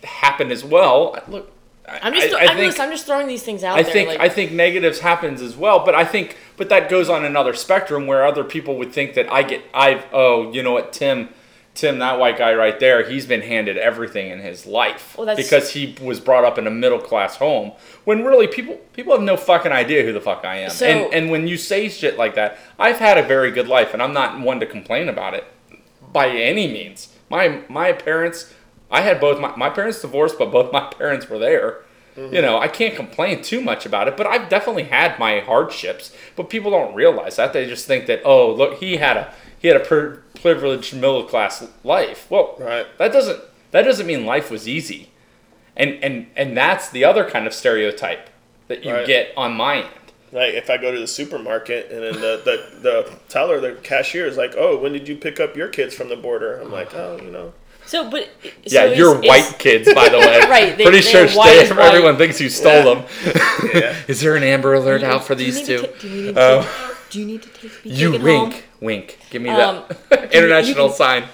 B: happen as well. Look, I-
A: I'm just.
B: I,
A: I,
B: I
A: am
B: think
A: just, I'm just throwing these things out
B: I
A: there.
B: think
A: like,
B: I think negatives happens as well, but I think but that goes on another spectrum where other people would think that I get I've oh you know what Tim Tim that white guy right there he's been handed everything in his life
A: Well, that's-
B: because he was brought up in a middle class home when really people people have no fucking idea who the fuck I am
A: So-
B: and and when you say shit like that I've had a very good life and I'm not one to complain about it by any means. My my parents, I had both my, my parents divorced, but both my parents were there.
C: Mm-hmm.
B: You know, I can't complain too much about it, but I've definitely had my hardships. But people don't realize that they just think that oh look he had a he had a pri- privileged middle class life. Well,
C: Right.
B: that doesn't that doesn't mean life was easy, and and and that's the other kind of stereotype that you
C: Right.
B: get on my end.
C: Like if I go to the supermarket and then the, the, the teller, the cashier is like, "Oh, when did you pick up your kids from the border?" I'm like, "Oh, you know."
A: so, but
B: Yeah,
A: so
B: you're
A: is- is-
B: white kids, by the way.
A: *laughs* Right, they-
B: Pretty sure
A: they're white
B: they-
A: as white.
B: everyone thinks you stole
C: Yeah.
B: them.
C: Yeah.
B: *laughs* Is there an Amber Alert out for
A: Do you
B: these
A: need to
B: two?
A: ta- do you need
B: Oh.
A: to take- do you need to take? be
B: You
A: taken
B: wink,
A: home?
B: wink. Give me
A: Um,
B: that
A: you-
B: *laughs* international
A: you can-
B: sign.
A: Do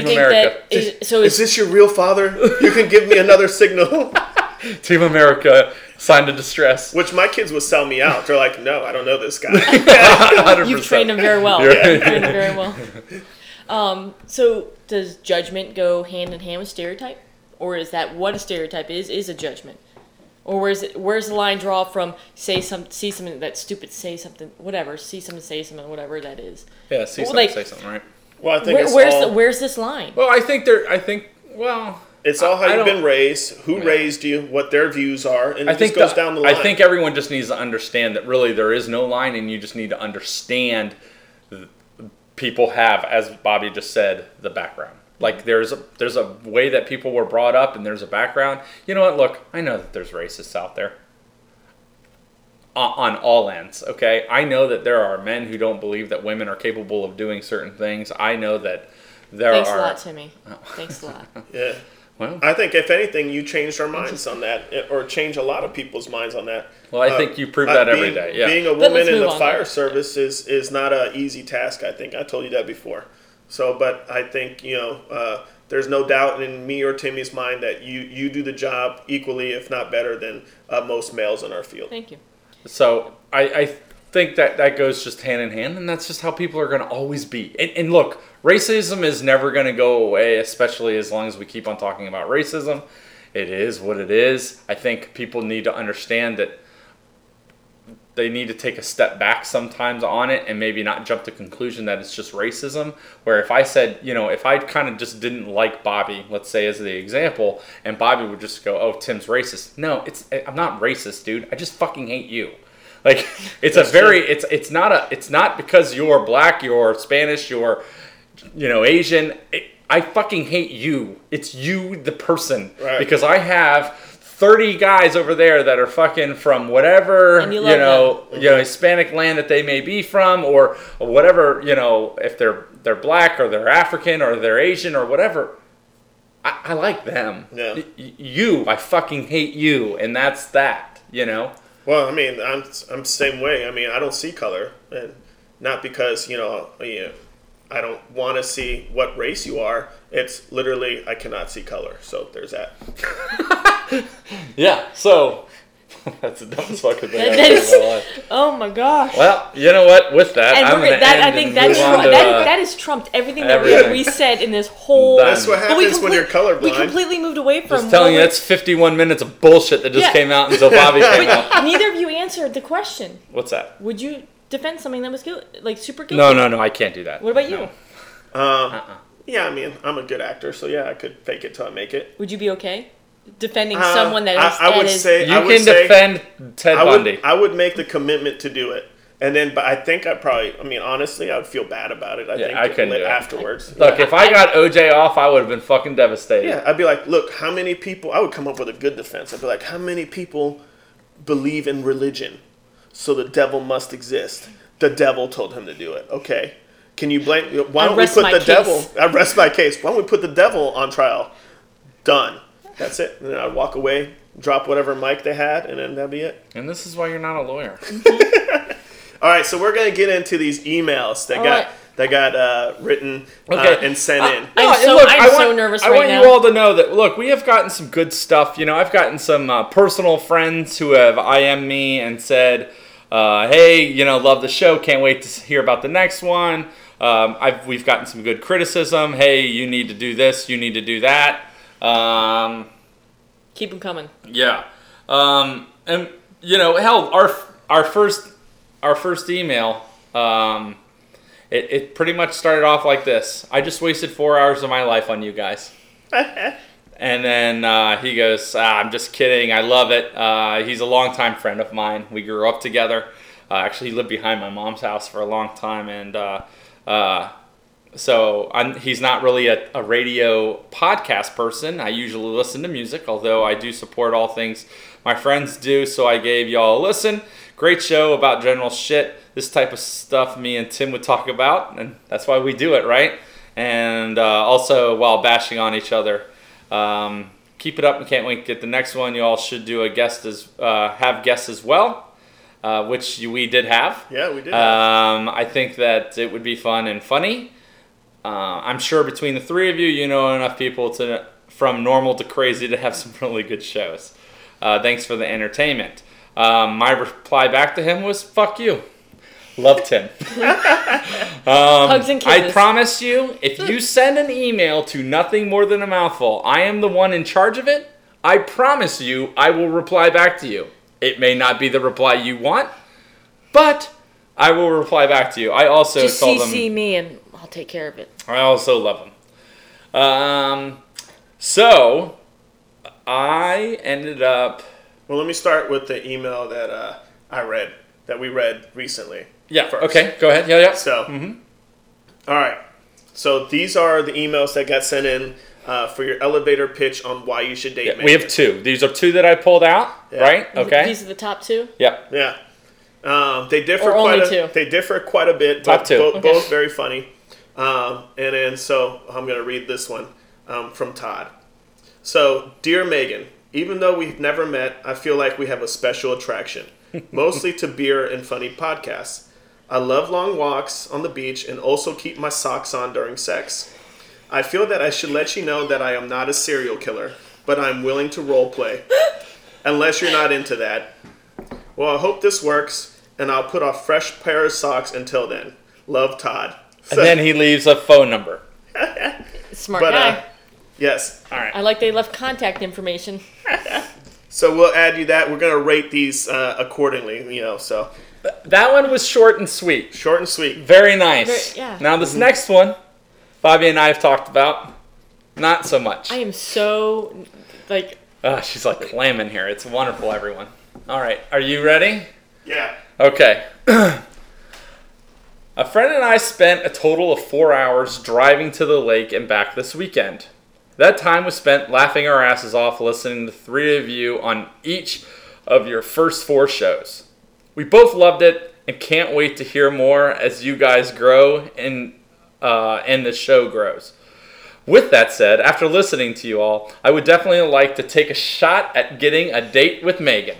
A: you
B: Team
A: think
B: America.
A: that is, so?
C: Is
A: Is,
C: this your real father? You can give me another signal.
B: *laughs*
C: *laughs*
B: Team America signed a distress.
C: Which my kids would sell me out. They're like, "No, I don't know
B: *laughs*
C: this guy."
B: 100%.
A: you've trained them very well.
B: You're-
A: You've trained them very
B: *laughs*
A: well. Um, so, does judgment go hand in hand with stereotype, or is that what a stereotype is? Is a judgment, or where's it, where's the line draw from? Say some, see something that's stupid. Say something, whatever. See something, say something, whatever that is.
B: Yeah, see
A: Well,
B: something,
A: like-
B: say something, right?
C: Well, I think
A: Where,
C: it's
A: where's
C: all
A: the, where's this line?
B: Well, I think they're. I think. Well,
C: it's all how
B: I- I
C: you've
B: don't-
C: been raised, who raised you, what their views are, and it
B: I think
C: just goes
B: the-
C: down the line.
B: I think everyone just needs to understand that really there is no line, and you just need to understand th- people have, as Bobby just said, the background. Like there's a there's a way that people were brought up, and there's a background. You know what? Look, I know that there's racists out there. o- on all ends. Okay, I know that there are men who don't believe that women are capable of doing certain things. I know that there
A: Thanks
B: are.
A: a lot, Timmy. Thanks a
B: *laughs*
A: lot.
C: yeah.
B: Well,
C: I think if anything, you changed our minds on that, eh, or change a lot of people's minds on that.
B: well, I
C: Uh,
B: think you prove
C: uh,
B: that every
C: being,
B: day. Yeah.
C: Being a
A: But
C: woman
A: let's
C: in
A: move
C: the
A: on.
C: fire service is is not a easy task. I think I told you that before. So, but I think you know, uh, there's no doubt in me or Timmy's mind that you you do the job equally, if not better, than uh, most males in our field.
A: Thank you.
B: So I, I think that that goes just hand in hand, and that's just how people are going to always be. And, and look, racism is never going to go away, especially as long as we keep on talking about racism. It is what it is. I think people need to understand that they need to take a step back sometimes on it and maybe not jump to conclusion that it's just racism. Where if I said, you know, if I kind of just didn't like Bobby, let's say as the example, and Bobby would just go, "Oh, Tim's racist." No, it's eh, I'm not racist, dude. I just fucking hate you. *laughs* Like it's a very it's it's not a it's not because you're black, you're Spanish, you're you know Asian. It, I fucking hate you. It's you, the person,
C: Right.
B: because I have. 30 guys over there that are fucking from whatever
A: And you
B: you,
A: love
B: know, you know, Hispanic land that they may be from, or whatever, you know, if they're they're black or they're African or they're Asian or whatever. I, I like them.
C: Yeah.
B: Y- y- you, I fucking hate you, and that's that. You know.
C: Well, I mean, I'm I'm same way. I mean, I don't see color, and not because you know, you know, I don't want to see what race you are. It's literally I cannot see color. So there's that.
B: Yeah. So *laughs* that's the dumbest fucking thing I've
A: That
B: ever
A: is-
B: heard in my life.
A: Oh my gosh.
B: *laughs* Well, you know what? With that,
A: and
B: I'm
A: we're,
B: gonna
A: that,
B: end
A: I think
B: and
A: that,
B: move on
A: trump,
B: to,
A: that,
B: uh,
A: that has trumped everything, that we-
B: everything.
A: we said in this whole.
B: Done.
C: That's what
B: But
A: But we
C: happens when
A: complete-
C: you're colorblind.
A: We completely moved away from.
B: uh, Just telling
A: what we-
B: you, that's 51 minutes of bullshit that just
A: Yeah.
B: came out
A: *laughs*
B: until Bobby *laughs* came out.
A: But neither of you answered the question.
B: What's that?
A: Would you defend something that was good, like super guilty?
B: No, no, no. I can't do that.
A: What about you?
B: No.
C: Um,
B: Uh-uh.
C: Yeah, I mean, I'm a good actor, so yeah, I could fake it till I make it.
A: Would you be okay defending
C: Uh,
A: someone that is?
C: I, I
A: that
C: would
A: is-
C: say
B: You
C: I would
B: can
C: say,
B: defend Ted
C: I
B: Bundy.
C: would, I would make the commitment to do it. And then, but I think I probably, I mean, honestly, I would feel bad about it. I think
B: I couldn't
C: li-
B: do it.
C: afterwards.
B: Look, if I got OJ off, I would have been fucking devastated.
C: Yeah, I'd be like, look, how many people? I would come up with a good defense. I'd be like, how many people believe in religion? So the devil must exist. The devil told him to do it. Okay. Can you blame? Why
A: I
C: don't we
A: rest
C: put
A: my
C: the
A: case.
C: devil? I rest my case. Why don't we put the devil on trial? Done. That's it. And then I'd walk away, drop whatever mic they had, and then that'd be it.
B: And this is why you're not a lawyer.
C: Uh, All right, so we're gonna get into these emails that
A: All
C: got
A: right.
C: that got uh, written uh,
B: Okay.
C: and sent in.
A: I'm
B: and
A: so- I'm
B: I
A: so
B: want-
A: nervous
B: I
A: right
B: want
A: now.
B: you all to know that look, we have gotten some good stuff. You know, I've gotten some uh, personal friends who have IM me and said, uh, "Hey, you know, love the show. Can't wait to s- hear about the next one." Um, I've, we've gotten some good criticism. Hey, you need to do this. You need to do that. Um,
A: Keep them coming.
B: Yeah, um, and you know, hell, our our first our first email, um, it, it pretty much started off like this. I just wasted four hours of my life on you guys. and then uh, he goes, ah, "I'm just kidding. I love it." Uh, he's a longtime friend of mine. We grew up together. Uh, actually, he lived behind my mom's house for a long time, and uh, uh, so I'm, he's not really a, a radio podcast person. I usually listen to music, although I do support all things my friends do. So I gave y'all a listen. Great show about general shit. This type of stuff me and Tim would talk about, and that's why we do it, right? And uh, also while bashing on each other. Um, keep it up and can't wait to get the next one. Y'all should do a guest as uh, have guests as well, uh, which you- we did have.
C: Yeah, we did.
B: Um, I think that it would be fun and funny. Uh, I'm sure between the three of you, you know enough people to from normal to crazy to have *laughs* some really good shows. Uh, thanks for the entertainment. Um, my reply back to him was "fuck you."
A: *laughs*
B: Loved him.
A: Hugs and kisses.
B: Um, I promise you, if you send an email to nothing more than a mouthful, I am the one in charge of it. I promise you, I will reply back to you. It may not be the reply you want, but I will reply back to you. I also
A: Just
B: told
A: CC
B: them
A: me and I'll take care of it.
B: I also love them. Um, so I ended up
C: Well, let me start with the email that uh, I read, that we read recently.
B: yeah.
C: First.
B: Okay, go ahead. Yeah, yeah.
C: So,
B: Mm-hmm.
C: all right. So these are the emails that got sent in uh, for your elevator pitch on why you should date.
B: Yeah, we have two. These are two that I pulled out,
C: Yeah.
B: right? Okay.
A: These are the top two.
B: yeah.
C: Yeah. Um, they differ
A: Or
C: quite
A: only
C: a,
A: two.
C: They differ quite a bit.
B: Top
C: but
B: two.
C: bo-
B: Okay.
C: Both very funny. Um, and then so I'm gonna read this one um, from Todd. So, dear Megan, even though we've never met, I feel like we have a
B: *laughs*
C: special attraction, mostly to beer and funny podcasts. I love long walks on the beach and also keep my socks on during sex. I feel that I should let you know that I am not a serial killer, but I'm willing to role play. Unless you're not into that. Well, I hope this works, and I'll put a fresh pair of socks until then. Love, Todd.
B: And then he leaves a phone number.
A: Smart
C: But,
A: guy.
C: uh, yes.
B: All right.
A: I like they left contact information.
C: So we'll add you that. We're going to rate these uh, accordingly, you know, so
B: That one was short and sweet.
C: short and sweet.
B: Very nice.
A: Very- yeah.
B: Now this next one, Bobby and I have talked about. Not so much.
A: I am so like
B: Ah, she's like clamming here. It's wonderful, everyone. All right, are you ready?
C: Yeah.
B: Okay. *clears throat* a friend and I spent a total of four hours driving to the lake and back this weekend. That time was spent laughing our asses off listening to three of you on each of your first four shows. We both loved it and can't wait to hear more as you guys grow and uh, and the show grows. With that said, after listening to you all, I would definitely like to take a shot at getting a date with Megan.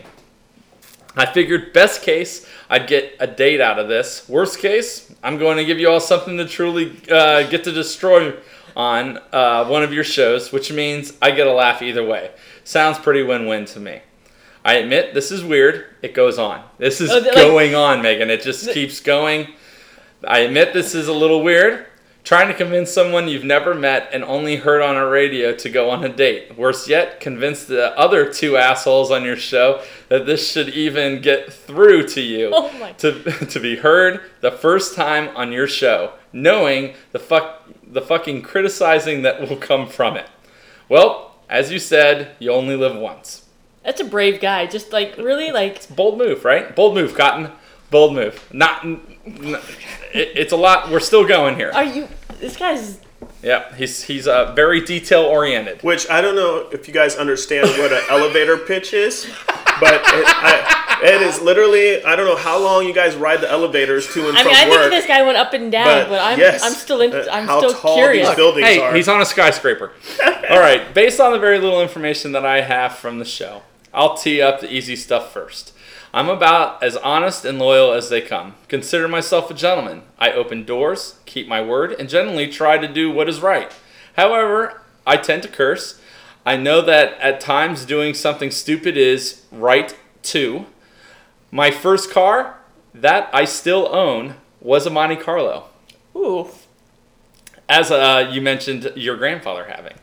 B: I figured best case, I'd get a date out of this. Worst case, I'm going to give you all something to truly uh, get to destroy on uh, one of your shows, which means I get a laugh either way. Sounds pretty win win to me. I admit this is weird. It goes on. This is
A: Oh, like-
B: going on, Megan. It just keeps going. I admit this is a little weird. Trying to convince someone you've never met and only heard on a radio to go on a date. Worse yet, convince the other two assholes on your show that this should even get through to you
A: Oh my-
B: to, *laughs* to be heard the first time on your show, knowing the fuck the fucking criticizing that will come from it. Well, as you said, you only live once.
A: that's a brave guy. Just like really like
B: Bold move, right? Bold move, Cotton. Bold move. Not. n- n- it- it's a lot. We're still going here.
A: are you this guy's
B: Yeah, he's he's uh, very detail oriented.
C: Which I don't know if you guys understand what an elevator pitch is, but it, I, it is literally, I don't know how long you guys ride the elevators to and
A: I
C: from
A: mean, I
C: work.
A: think this guy went up and down,
C: but
A: but, I'm
C: yes,
A: I'm still in,
C: uh,
A: I'm
C: how
A: still
C: tall these
A: curious.
C: buildings
B: Hey,
C: are.
B: he's on a
C: *laughs*
B: skyscraper. All right, based on the very little information that I have from the show, I'll tee up the easy stuff first. I'm about as honest and loyal as they come. Consider myself a gentleman. I open doors, keep my word, and generally try to do what is right. However, I tend to curse. I know that at times doing something stupid is right too. My first car, that I still own, was a Monte Carlo.
A: Ooh,
B: as uh, you mentioned your grandfather having.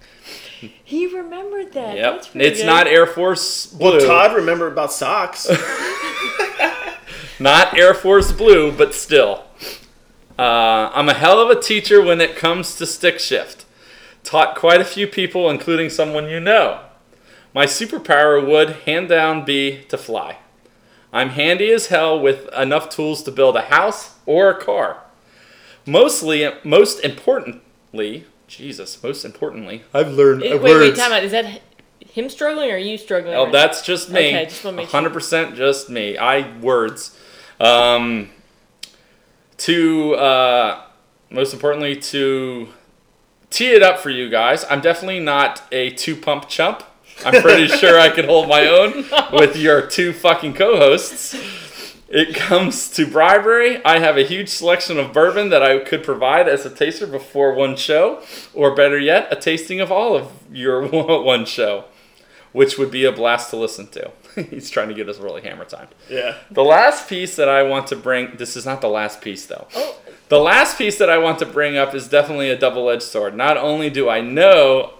A: he remembered that.
B: Yep.
A: That's pretty
B: It's
A: good.
B: not Air Force Blue.
C: Todd, remember about
A: *laughs*
C: socks.
B: Not Air Force Blue, but still. Uh, I'm a hell of a teacher when it comes to stick shift. Taught quite a few people, including someone you know. My superpower would, hand down, be to fly. I'm handy as hell with enough tools to build a house or a car. Mostly, most importantly, Jesus, most importantly, I've learned
A: It- wait, wait, time out. Is that h- him struggling or are you struggling?
B: Oh,
A: right
B: that's just me.
A: Okay, just wanna make sure.
B: 100% just me. I words. Um, to uh, most importantly, to tee it up for you guys, I'm definitely not a two pump chump.
A: *laughs*
B: I'm pretty sure I can hold my own with your two fucking co-hosts. It comes to bribery. I have a huge selection of bourbon that I could provide as a taster before one show, or better yet, a tasting of all of your *laughs* one show which would be a blast to listen to. *laughs* He's trying to get us really hammer timed.
C: yeah.
B: The last piece that I want to bring, this is not the last piece though. The last piece that I want to bring up is definitely a double edged sword. Not only do I know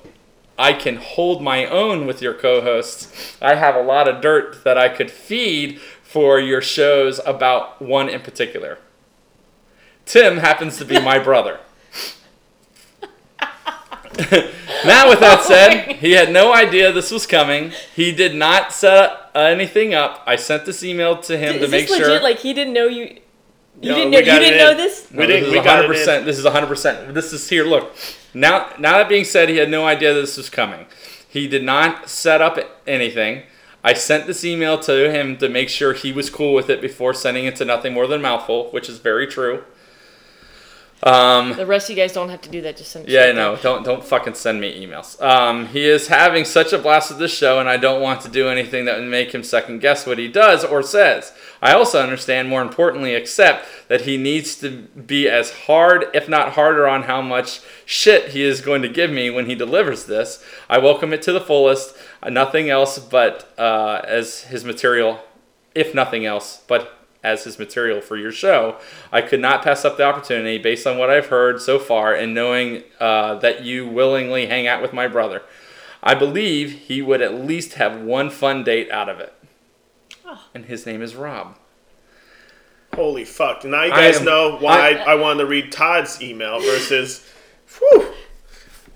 B: I can hold my own with your co hosts, I have a lot of dirt that I could feed for your shows about one in particular. Tim happens to
A: *laughs*
B: be my brother. *laughs* now, with that said, he had no idea this was coming. He did not set anything up. I sent this email to him
A: Is
B: to
A: this
B: make
A: legit?
B: sure.
A: Like he didn't know you. You
C: No,
A: didn't
C: we
A: know. You
C: got it
A: didn't
C: in.
A: know this.
C: We did.
B: this
C: We
B: is
C: got it
B: 100%.
C: in.
B: This is 100%. This is here. Look, now, now that being said, he had no idea this was coming. He did not set up anything. I sent this email to him to make sure he was cool with it before sending it to nothing more than mouthful, which is very true. Um,
A: The rest of you guys don't have to do that. Just send. it
B: yeah, I
A: to me.
B: know. Don't don't fucking send me emails. Um, he is having such a blast with this show, and I don't want to do anything that would make him second guess what he does or says. I also understand, more importantly, accept that he needs to be as hard, if not harder, on how much shit he is going to give me when he delivers this. I welcome it to the fullest. Uh, Nothing else but uh, as his material, if nothing else, but as his material for your show. I could not pass up the opportunity based on what I've heard so far and knowing uh, that you willingly hang out with my brother. I believe he would at least have one fun date out of it.
A: Ah.
B: And his name is Rob.
C: Holy fuck! Now you
B: I
C: guys
B: am-
C: know why
B: I-
C: I, wanted to read Todd's email versus. whew.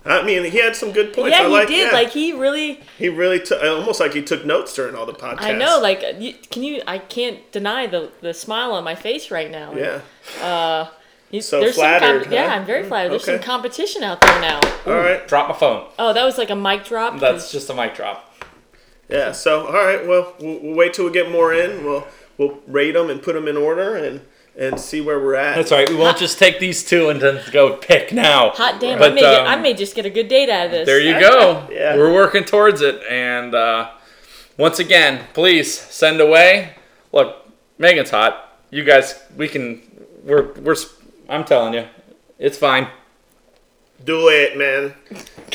C: I mean, he had some good points.
A: yeah,
C: I
A: he
C: like,
A: did.
C: yeah.
A: Like he really.
C: he really took almost like he took notes during all the podcasts.
A: I know. Like, uh, you, can you? I can't deny the the smile on my face right now.
C: yeah.
A: You-
C: So
A: some comp-
C: flattered, huh?
A: Yeah, I'm
B: Mm-hmm.
A: very flattered. There's some
C: okay.
A: competition out there now.
C: All right.
B: Drop my phone.
A: Oh, that was like a mic drop.
B: That's just a mic drop.
C: Yeah. So all right. Well, we'll, we'll wait till we get more in. We'll we'll rate them and put them in order and and see where we're at.
B: That's all right. We won't just take these two and then go pick now.
A: hot damn. I
B: But,
A: may get, I
B: um,
A: may just get a good date out of this.
B: There you go.
C: Yeah.
B: We're working towards it. And uh, once again, please send away. Look, Megan's hot. You guys, we can. We're we're. s- I'm telling you, it's fine.
C: Do it, man.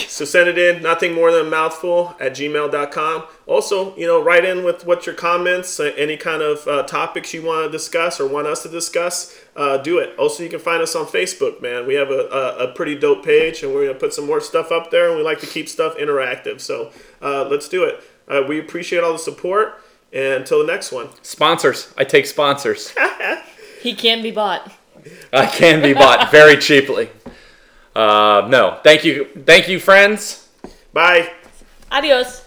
C: So send it in, nothing more than a mouthful at gmail.com. Also, you know, write in with what your comments, uh, any kind of uh, topics you want to discuss or want us to discuss, uh, do it. Also, you can find us on Facebook, man. We have a, a, a pretty dope page and we're going to put some more stuff up there and we like to keep stuff interactive. So uh, let's do it. Uh, we appreciate all the support and until the next one.
B: Sponsors. I take sponsors.
A: He can be bought.
B: I can be bought very cheaply. Uh, no, thank you, thank you, friends.
C: Bye.
A: Adios.